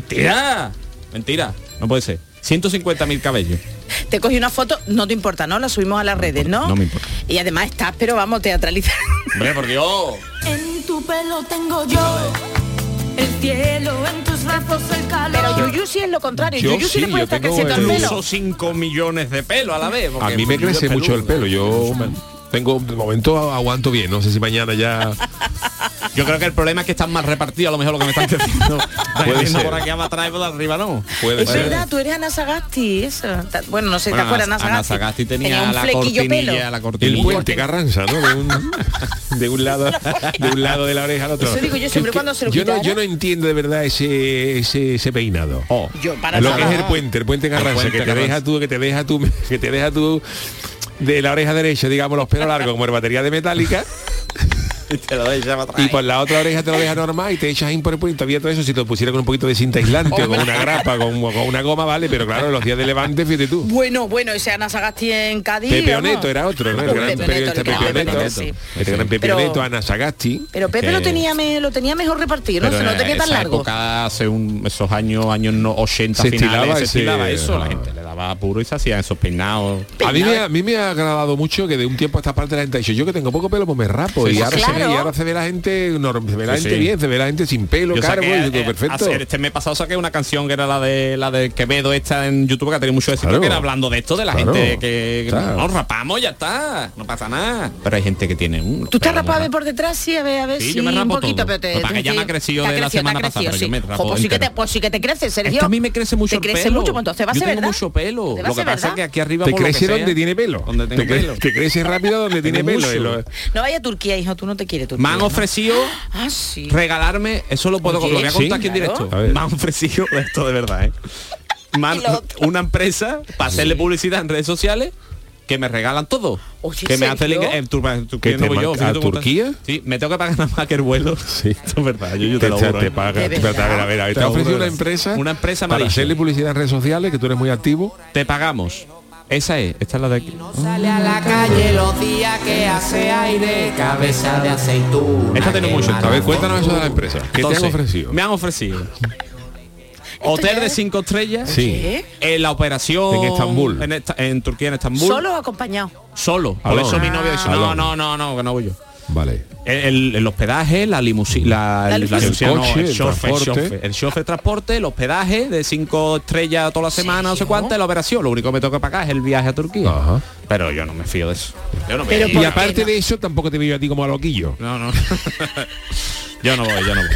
O: Mentira. Mentira. No puede ser. 150.000 cabellos.
Q: Te cogí una foto, no te importa, ¿no? La subimos a las redes, ¿no?
O: No me importa.
Q: Y además estás, pero vamos, teatralizar.
O: Hombre, por Dios.
C: <laughs> En tu pelo tengo yo el cielo, en tus brazos el calor.
Q: Pero Yuyu sí es lo contrario.
N: Yo
Q: Yuyu sí, le
N: sí,
Q: puede
N: yo
Q: estar
N: tengo
Q: creciendo el
N: el-
Q: pelo.
O: Uso 5 millones de pelo a la vez.
N: A
O: porque
N: mí me
O: yo
N: crece
O: peludo.
N: mucho el pelo. Yo me- tengo de momento aguanto bien. No sé si mañana ya
O: Yo creo que el problema es que están más repartidos, a lo mejor lo que me están diciendo.
N: <laughs> Puede
O: Está
N: ser.
O: por aquí abajo atrás y por arriba no.
N: puede
Q: Es
N: ser.
Q: verdad, tú eres Ana Sagasti, esa. Ta- Bueno, no sé, ¿te
N: Bueno,
Q: acuerdas
N: Ana-
Q: Ana Sagasti?
N: Ana Sagasti
O: tenía
Q: un
O: la
Q: flequillo
O: cortinilla,
Q: pelo.
O: la cortinilla.
N: El puente Carranza, ¿no?
O: <laughs>
N: De un, de un lado de un lado de la oreja al otro.
Q: Eso digo yo siempre cuando se lo
N: yo no,
Q: quitara.
N: yo no entiendo de verdad ese ese, ese peinado.
Q: Yo para
N: lo
Q: nada.
N: que es el puente, el puente Carranza
O: Oh. puente
N: que te
O: Carranza.
N: deja tú que te deja tú <laughs> que te deja tú de la oreja derecha, digamos los pelos largos como el batería de metálica.
O: Y <laughs> te lo doy ya para atrás.
N: Y por la otra oreja te lo deja normal y te echas ahí por el puente abierto eso. Si te lo pusiera con un poquito de cinta aislante o con una grapa, con, con una goma, vale, pero claro, en los días de levante, fíjate tú.
Q: Bueno, bueno, ese Ana Sagasti en Cádiz.
N: Pepeoneto
Q: vamos.
N: era otro, ¿no? El
Q: Pepe
N: gran
Q: Oneto,
N: periodista
Q: el gran
N: Pepeoneto.
Q: Pepe Oneto, sí.
N: El gran Pepeoneto, Ana Sagasti.
Q: Pero Pepe
O: Que-
Q: lo tenía me- lo tenía mejor repartido, ¿no?
O: Pero
Q: Se no
O: en
Q: tenía tan
O: esa
Q: largo.
O: época, hace un- esos años, años no- 80
N: Se
O: finales,
N: estilaba
O: se
N: ese-
O: estilaba eso, la
N: ah.
O: gente le daba puro y se hacían esos peinados. Ah,
N: A mí, me, ha- a mí me ha agradado mucho que de un tiempo a esta parte la gente ha dicho, yo que tengo poco pelo, pues me rapo.
O: Sí,
N: y,
O: sí,
N: ahora se
O: claro.
N: ve, y ahora se ve la gente, norm- se ve la
O: Sí,
N: gente
O: sí.
N: bien, se ve la gente sin pelo,
O: Yo
N: cargo,
O: saqué,
N: y pues, yo digo,
O: eh,
N: perfecto.
O: hace- este mes pasado saqué una canción que era la de la de Quevedo esta en YouTube que ha tenido mucho éxito,
N: Claro.
O: que era hablando de esto, de la
N: Claro.
O: gente que, que
N: Claro.
O: nos rapamos, ya está, no pasa nada. Pero hay gente que tiene un.
Q: Tú estás rapado de por detrás, sí, a ver, a ver
O: Sí,
Q: si
O: yo me
Q: un
O: rapo
Q: poquito,
O: todo.
Q: pero te,
O: Lo que pasa es que ya me ha crecido
Q: te
O: de la
Q: crecido, te ha
O: semana
Q: crecido,
O: pasada, pero yo me
Q: sí.
O: rapo
Q: Jo, pues, sí que te,
O: entero.
Q: pues sí que te crece, Sergio.
O: Es que a mí me crece mucho
Q: Te
O: el
Q: crece
O: pelo.
Q: mucho, pues entonces va a
O: Yo
Q: ser
O: tengo
Q: verdad.
O: mucho pelo.
Q: Te va a
O: Lo que
Q: ser
O: pasa es
Q: verdad.
O: que aquí arriba
N: te
O: por lo que
N: crece
O: sea,
N: donde tiene pelo.
O: Donde tengo
N: te, cre-
O: pelo.
N: te crece rápido donde tiene
O: Tengo
N: pelo. y
O: mucho.
N: lo-
Q: No vaya a Turquía, hijo, tú no te quieres Turquía.
O: Me han
Q: ¿no?
O: ofrecido
Q: Ah, sí.
O: regalarme, eso lo puedo
Q: Oye,
O: lo voy a contar aquí en
Q: claro.
O: directo.
Q: A
O: Me han ofrecido esto de verdad, ¿eh? Me han- una empresa para hacerle publicidad en redes sociales que me regalan todo.
Q: Oye,
O: que me
Q: ¿en
O: hacen el
Q: serio?
O: en Turquía, en
N: ¿Que
O: Turquía
N: te
O: no voy yo,
N: man-
O: fíjate
N: a
O: tú cómo estás.
N: Turquía?
O: Sí, me tengo que pagar nada más que el vuelo. Sí, <laughs> esto es verdad. Yo, yo te, lo
N: te-
O: juro.
N: te
O: ¿eh?
N: paga-
O: De
N: espérate, a ver, a ver, a ver,
O: Te
N: te ha
O: lo
N: ofrecido
O: juro,
N: una
O: de verdad.
N: empresa
O: Una empresa me ha
N: para
O: dicho,
N: hacerle publicidad en redes sociales, que tú eres muy activo.
O: Te pagamos. Esa es, esta es la de aquí.
S: Sale a
N: Ah.
S: la calle los días que hace aire, cabeza de aceituna.
O: Esta tiene mucho.
N: A ver, cuéntanos eso de la empresa. ¿Qué te
O: Ah, Entonces,
N: han ofrecido?
O: Me han ofrecido. Hotel de cinco estrellas.
N: Sí.
O: En la operación.
N: En Estambul.
O: En, esta- en Turquía, en Estambul.
Q: Solo o acompañado.
O: Solo. Por
N: Alone.
O: eso mi novio dice, no,
N: Alone.
O: no, no, no, que no voy yo.
N: Vale.
O: El, el- el hospedaje, la limusina,
Q: La
O: la,
Q: limusina.
O: limusina,
N: El
O: no,
N: coche, el
O: chofer, el
N: transporte.
O: chofer, el chofer, transporte, el hospedaje de cinco estrellas toda la semana, no sé cuánto, y la operación. Lo único que me toca pagar es el viaje a Turquía. Pero yo no me fío de eso. Yo no me fío.
N: y aparte de eso, tampoco te veo a ti como a loquillo.
O: No, no. <laughs> yo no voy, yo no voy.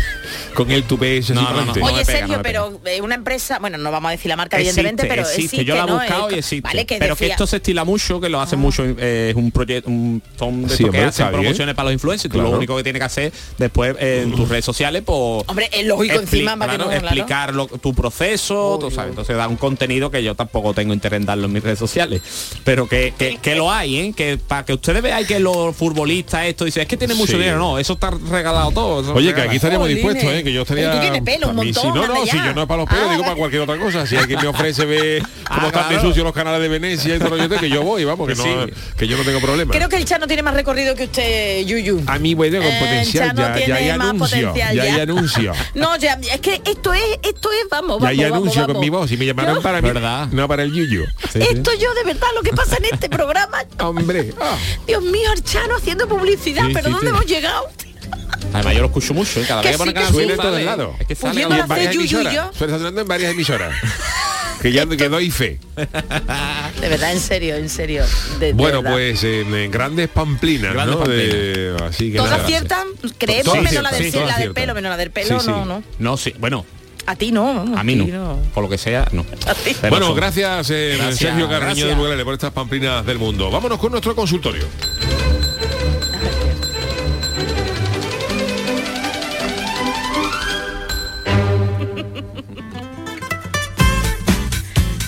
N: Con el tupé ese
O: No,
N: así
O: no,
N: para
O: no.
N: adelante.
O: me
Q: Oye,
O: pega,
Q: Sergio,
O: no me
Q: pero eh, una empresa, bueno, no vamos a decir la marca,
O: Existe,
Q: evidentemente, pero existe.
O: Yo la he
Q: ¿no?
O: buscado
Q: Eh,
O: y existe.
Q: Vale, que
O: pero que
Q: decía- Ah.
O: esto se estila mucho, que lo hacen mucho, eh, es un proyecto, un son de
N: Sí,
O: estos que
N: hombre,
O: hacen
N: está bien.
O: promociones para los influencers. Tú
N: Claro.
O: lo único que tienes que hacer después eh, en tus redes sociales, pues.
Q: Hombre, es lógico encima, para que
O: claro,
Q: no- claro.
O: explicar lo- tu proceso, tú sabes. Entonces da un contenido que yo tampoco tengo interés en darlo en mis redes sociales. Pero que, que, que lo hay, ¿eh? Que para que ustedes vean que los futbolistas, esto dice, es que tiene mucho
N: Sí.
O: dinero. No, eso está regalado todo. eso
N: Oye, que
O: regalado.
N: aquí estaríamos
Q: Jolines.
N: dispuestos, ¿eh? que yo estaría...
Q: Pero tú tienes pelo, un
N: A mí sí,
Q: montón,
N: no, no,
Q: anda
N: si
Q: ya.
N: yo no es para los pelos,
Q: Ah,
N: digo
Q: vale.
N: para cualquier otra cosa. Si alguien me ofrece ver cómo
O: Ah,
N: están de
O: claro.
N: sucios los canales de Venecia y todo lo que yo tengo, que yo voy, vamos, que,
Q: Pues
O: Que
N: no,
O: sí.
N: que yo no tengo problema.
Q: Creo que el Chano tiene más recorrido que usted, Yuyu.
N: A mí, bueno, con
Q: Eh,
N: potencial,
Q: Chano
N: ya, ya hay
Q: tiene más
N: anuncio, ya,
Q: potencial
N: hay
Q: ya. <laughs>
N: anuncio.
Q: No, ya, es que esto es, esto es, vamos,
N: Ya
Q: vamos,
N: hay
Q: vamos,
N: anuncio con
Q: vamos.
N: mi voz y me llamaron
Q: Yo-
N: para mí, ¿verdad? no para el Yuyu.
Q: Esto yo de verdad lo que pasa en este programa. <laughs>
N: Hombre, ah.
Q: Dios mío, Archano haciendo publicidad,
O: Sí,
Q: pero
O: sí,
Q: ¿dónde
O: sí.
Q: hemos llegado?
O: Además yo lo escucho mucho, ¿eh? cada
Q: Que
O: vez que
Q: sí,
O: ponen
Q: que
O: canción
Q: sí.
N: Suena en todos
O: sale,
N: lados.
O: Es que
Q: Pues
O: sale
Q: yo
N: Y
Q: me
O: cada
N: en
Q: la
O: vez-
Q: sé,
N: varias
Q: Yuyu y
N: emisoras.
Q: yo.
N: Suena sonando en varias
Q: <laughs>
N: emisoras. Que ya que doy fe.
Q: De verdad, en serio, en serio. de- de
N: Bueno,
Q: verdad.
N: pues en, en grandes pamplinas,
O: Grandes
N: ¿no? De- así que
Q: Todas
N: nada.
Q: aciertan, creemos,
N: Todas
Q: menos la
N: aciertan,
Q: del,
N: sí, todas
Q: la del
N: aciertan.
Q: pelo, menos la del pelo,
N: Sí, sí.
Q: no, no.
O: No, sí, bueno,
Q: A ti no. vamos,
O: a mí
Q: ti
O: no. Por lo que sea,
Q: <laughs>
O: no. Pero
N: bueno,
O: son-
N: gracias, eh,
O: Gracias,
N: Sergio Carreño
O: gracias.
N: de Bugalele por estas pamplinas del mundo. Vámonos con nuestro consultorio.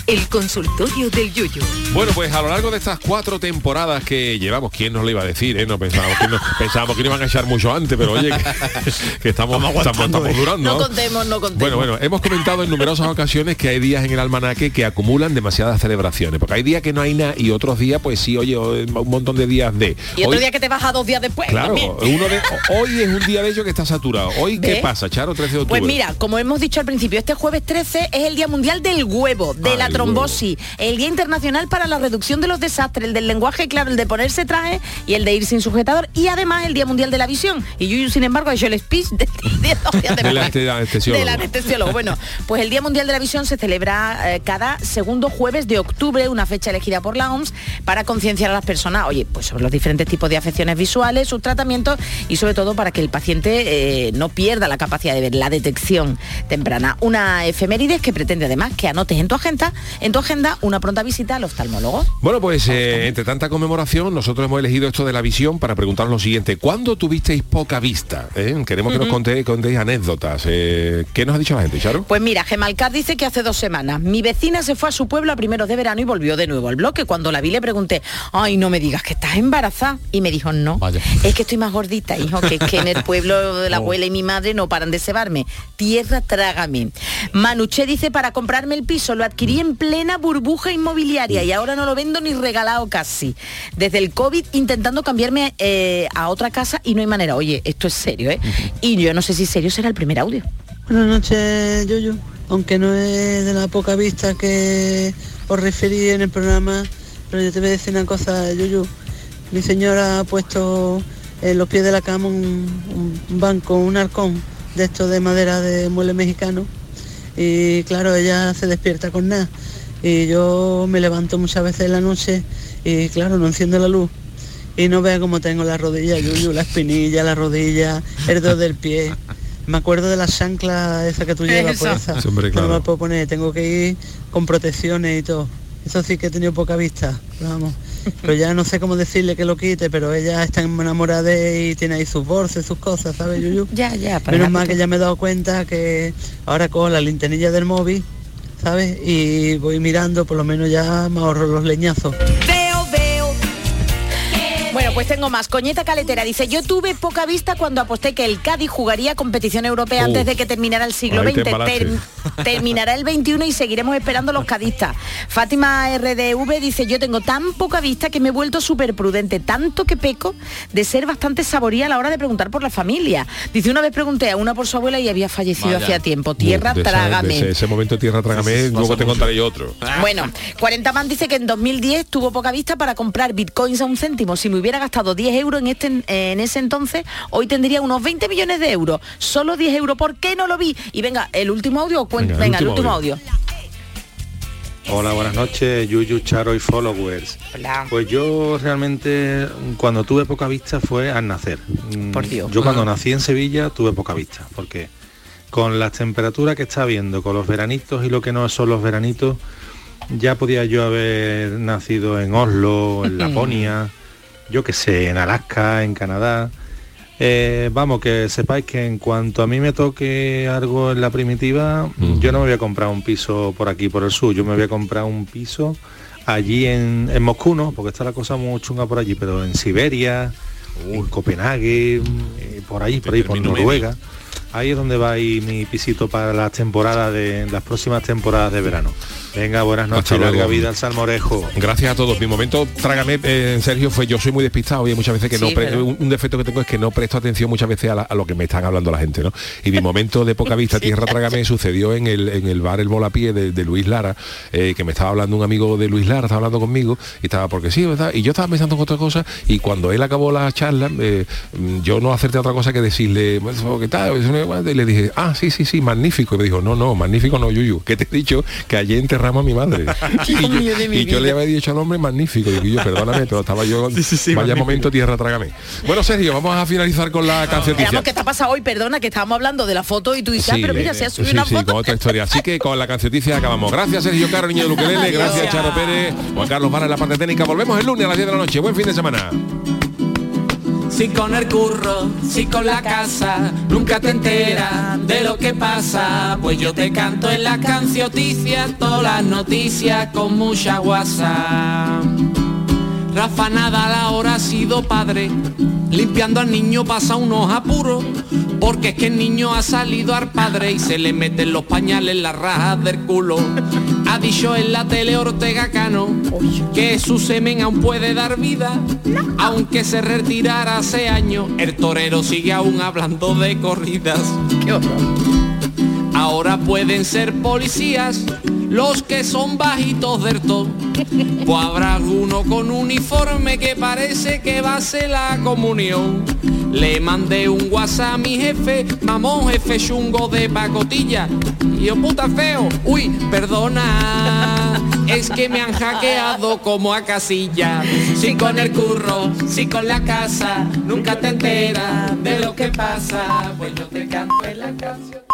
F: El consultorio del Yuyu.
N: Bueno, pues a lo largo de estas cuatro temporadas que llevamos, ¿quién nos lo iba a decir? eh? No pensábamos que nos, pensábamos que nos iban a echar mucho antes, pero oye, que, que estamos, estamos,
O: ¿eh?
N: estamos durando.
Q: No
N: ¿no?
Q: contemos, no contemos.
N: Bueno, bueno, hemos comentado en numerosas ocasiones que hay días en el almanaque que acumulan demasiadas celebraciones, porque hay días que no hay nada y otros días, pues sí, oye, hoy- un montón de días de.
Q: Y otro
N: Hoy-
Q: día que te baja dos días después.
N: Claro,
Q: también.
N: uno de- hoy es un día de ellos que está saturado. Hoy, ¿qué
Q: ¿Ves?
N: pasa, Charo? 13 de octubre.
Q: Pues mira, como hemos dicho al principio, este jueves 13 es el Día Mundial del Huevo, de
N: Ah,
Q: la
N: el huevo.
Q: Trombosis, el Día Internacional para la Reducción de los Desastres, el del lenguaje claro, el de ponerse traje y el de ir sin sujetador y además el Día Mundial de la Visión. Y Yuyu, sin embargo, ha hecho el speech del Día Mundial de
N: Del
Q: la-
N: ante- anestesiólogo.
Q: del anestesiólogo. Bueno, pues el Día Mundial de la Visión se celebra eh, cada segundo jueves de octubre, una fecha elegida por la OMS para concienciar a las personas, oye, pues sobre los diferentes tipos de afecciones visuales, sus tratamientos y sobre todo para que el paciente eh, no pierda la capacidad de ver la detección temprana. Una efemérides que pretende además que anotes en tu agenda, en tu agenda una pronta visita al oftalmólogo.
N: Bueno, pues eh, entre tanta conmemoración, nosotros hemos elegido esto de la visión para preguntaros lo siguiente. ¿Cuándo tuvisteis poca vista? eh? Queremos que nos
Q: Ujú.
N: conté- contéis anécdotas. eh, ¿Qué nos ha dicho la gente, Charo?
Q: Pues mira, Gemalcaz dice que hace dos semanas mi vecina se fue a su pueblo a primeros de verano y volvió de nuevo al bloque. Cuando la vi le pregunté, ay, no me digas que estás embarazada. Y me dijo, no, es que estoy más gordita, hijo, que es que en el pueblo
D: <laughs>
Q: de la
B: Oh.
Q: abuela y mi madre no paran de cebarme. Tierra, trágame. Manuché dice, para comprarme el piso lo adquirí en plena burbuja inmobiliaria y ahora no lo vendo ni regalado casi. Desde el COVID intentando cambiarme eh, a otra casa y no hay manera. Oye, esto es serio, ¿eh? Y yo no sé si serio será el primer audio.
D: Buenas noches, Yuyu. Aunque no es de la poca vista que os referí en el programa, pero yo te voy a decir una cosa, Yuyu. Mi señora ha puesto en los pies de la cama un, un banco, un arcón de estos de madera de mueble mexicano. Y claro, ella se despierta con nada. Y yo me levanto muchas veces en la noche y claro, no enciendo la luz. Y no vea cómo tengo la rodilla, Yuyu, la espinilla, la rodilla, el dos del pie. Me acuerdo de la chancla esa que tú llevas,
E: Eso.
D: por esa.
E: Sí, hombre,
D: No
E: claro.
D: me la puedo poner, tengo que ir con protecciones y todo. Eso sí que he tenido poca vista,
Q: <laughs>
D: pero vamos. Pero ya no sé cómo decirle que lo quite, pero ella está enamorada de él y tiene ahí sus bolsas, sus cosas, ¿sabes, Yuyu?
Q: Ya, ya, <laughs> para
D: Menos
Q: nada,
D: mal que ya me he dado cuenta que ahora con la linternilla del móvil, ¿sabes? Y voy mirando, por lo menos ya me ahorro los leñazos.
Q: Veo, veo. Bueno, pues tengo más. Coñeta Caletera dice, yo tuve poca vista cuando aposté que el Cádiz jugaría competición europea
B: Uf.
Q: antes de que terminara el siglo
B: Ahí
Q: XX.
B: te embalaste.
N: <laughs>
Q: Ter- terminará el 21 y seguiremos esperando los cadistas. Fátima RDV dice, yo tengo tan poca vista que me he vuelto súper prudente, tanto que peco de ser bastante saboría a la hora de preguntar por la familia. Dice, una vez pregunté a una por su abuela y había fallecido
N: Vaya.
Q: hacía tiempo. Tierra,
N: De esa- de
Q: trágame.
N: Ese, ese momento tierra trágame, luego te contaré yo otro.
Q: Bueno, 40 Man dice que en 2010 tuvo poca vista para comprar bitcoins a un céntimo. Si me hubiera gastado 10 euros en, este, en ese entonces, hoy tendría unos 20 millones de euros. Solo 10 euros. ¿Por qué no lo vi? Y venga, el último audio, o cuen-
X: Venga,
Q: venga,
X: el
Q: el último
X: último audio.
Q: audio.
X: Hola, buenas noches, Yuyu, Charo y followers. Pues yo realmente cuando tuve poca vista fue al nacer. Mm,
Q: Por Dios.
X: Yo cuando
Q: Ah.
X: nací en Sevilla tuve poca vista, porque con las temperaturas que está habiendo, con los veranitos y lo que no son los veranitos, ya podía yo haber nacido en Oslo,
Q: <laughs>
X: en Laponia, yo que sé, en Alaska, en Canadá. Eh, vamos, que sepáis que en cuanto a mí me toque algo en la primitiva, yo no me voy a comprar un piso por aquí, por el sur, yo me voy a comprar un piso allí en, en Moscú, ¿no? Porque está la cosa muy chunga por allí, pero en Siberia, en Copenhague, eh, por ahí, por ahí, por
Y: término medio.
X: Noruega. Ahí es donde va a ir mi pisito para las temporadas de las próximas temporadas de verano. Venga, buenas noches,
N: Hasta
X: y larga
N: luego.
X: vida al salmorejo.
N: Gracias a todos. Mi momento, trágame, eh, Sergio, fue yo soy muy despistado y hay muchas veces que
X: Sí,
N: no pre-
X: es verdad.
N: un, un defecto que tengo es que no presto atención muchas veces a, la- a lo que me están hablando la gente, ¿no? Y mi momento de poca vista, tierra trágame, sucedió en el, en el bar El Volapié de, de Luis Lara, eh, que me estaba hablando un amigo de Luis Lara, estaba hablando conmigo, y estaba porque sí, ¿verdad? Y yo estaba pensando en otra cosa, y cuando él acabó la charla, eh, mm, yo no acerté a otra cosa que decirle, "Bueno, ¿qué tal? Y le dije, ah, sí, sí, sí, magnífico. Y me dijo, no, no, magnífico no, Yuyu, que te he dicho que ayer enterramos a
Y: <laughs>
N: mi madre. y yo,
Y: mío de mi
N: y yo le
Y: vida.
N: había dicho al hombre magnífico. Digo, yo, perdóname, pero estaba yo. vaya
Y: magnífico.
N: momento, tierra, trágame. Bueno, Sergio, vamos a finalizar con la canción.
Q: Esperamos que te ha pasado hoy, perdona, que estábamos hablando de la foto y tú dices, ah, pero mira, se ha subido
N: sí,
Q: una
N: sí,
Q: foto.
N: con otra historia. Así que con la cancioticia acabamos. Gracias, Sergio Caro, niño de Luquelele. Gracias, Charo Pérez. Juan Carlos Vara en la parte técnica. Volvemos el lunes a las 10 de la noche. Buen fin de semana.
S: si con el curro, si con la casa, nunca te enteras de lo que pasa. Pues yo te canto en las cancioticias, todas las noticias con mucha guasa. Rafa Nadal ahora ha sido padre, limpiando al niño pasa unos apuros, porque es que el niño ha salido al padre y se le meten los pañales en las rajas del culo. Ha dicho en la tele Ortega Cano que su semen aún puede dar vida, aunque se retirara hace años, el torero sigue aún hablando de corridas. Ahora pueden ser policías los que son bajitos del todo. Pues habrá alguno con uniforme que parece que va a ser la comunión. Le mandé un WhatsApp a mi jefe, mamón, jefe chungo de pacotilla. Y yo, puta feo, uy, perdona, es que me han hackeado como a casilla. Si con el curro, si con la casa, nunca te enteras de lo que pasa. Pues yo te canto en la canción.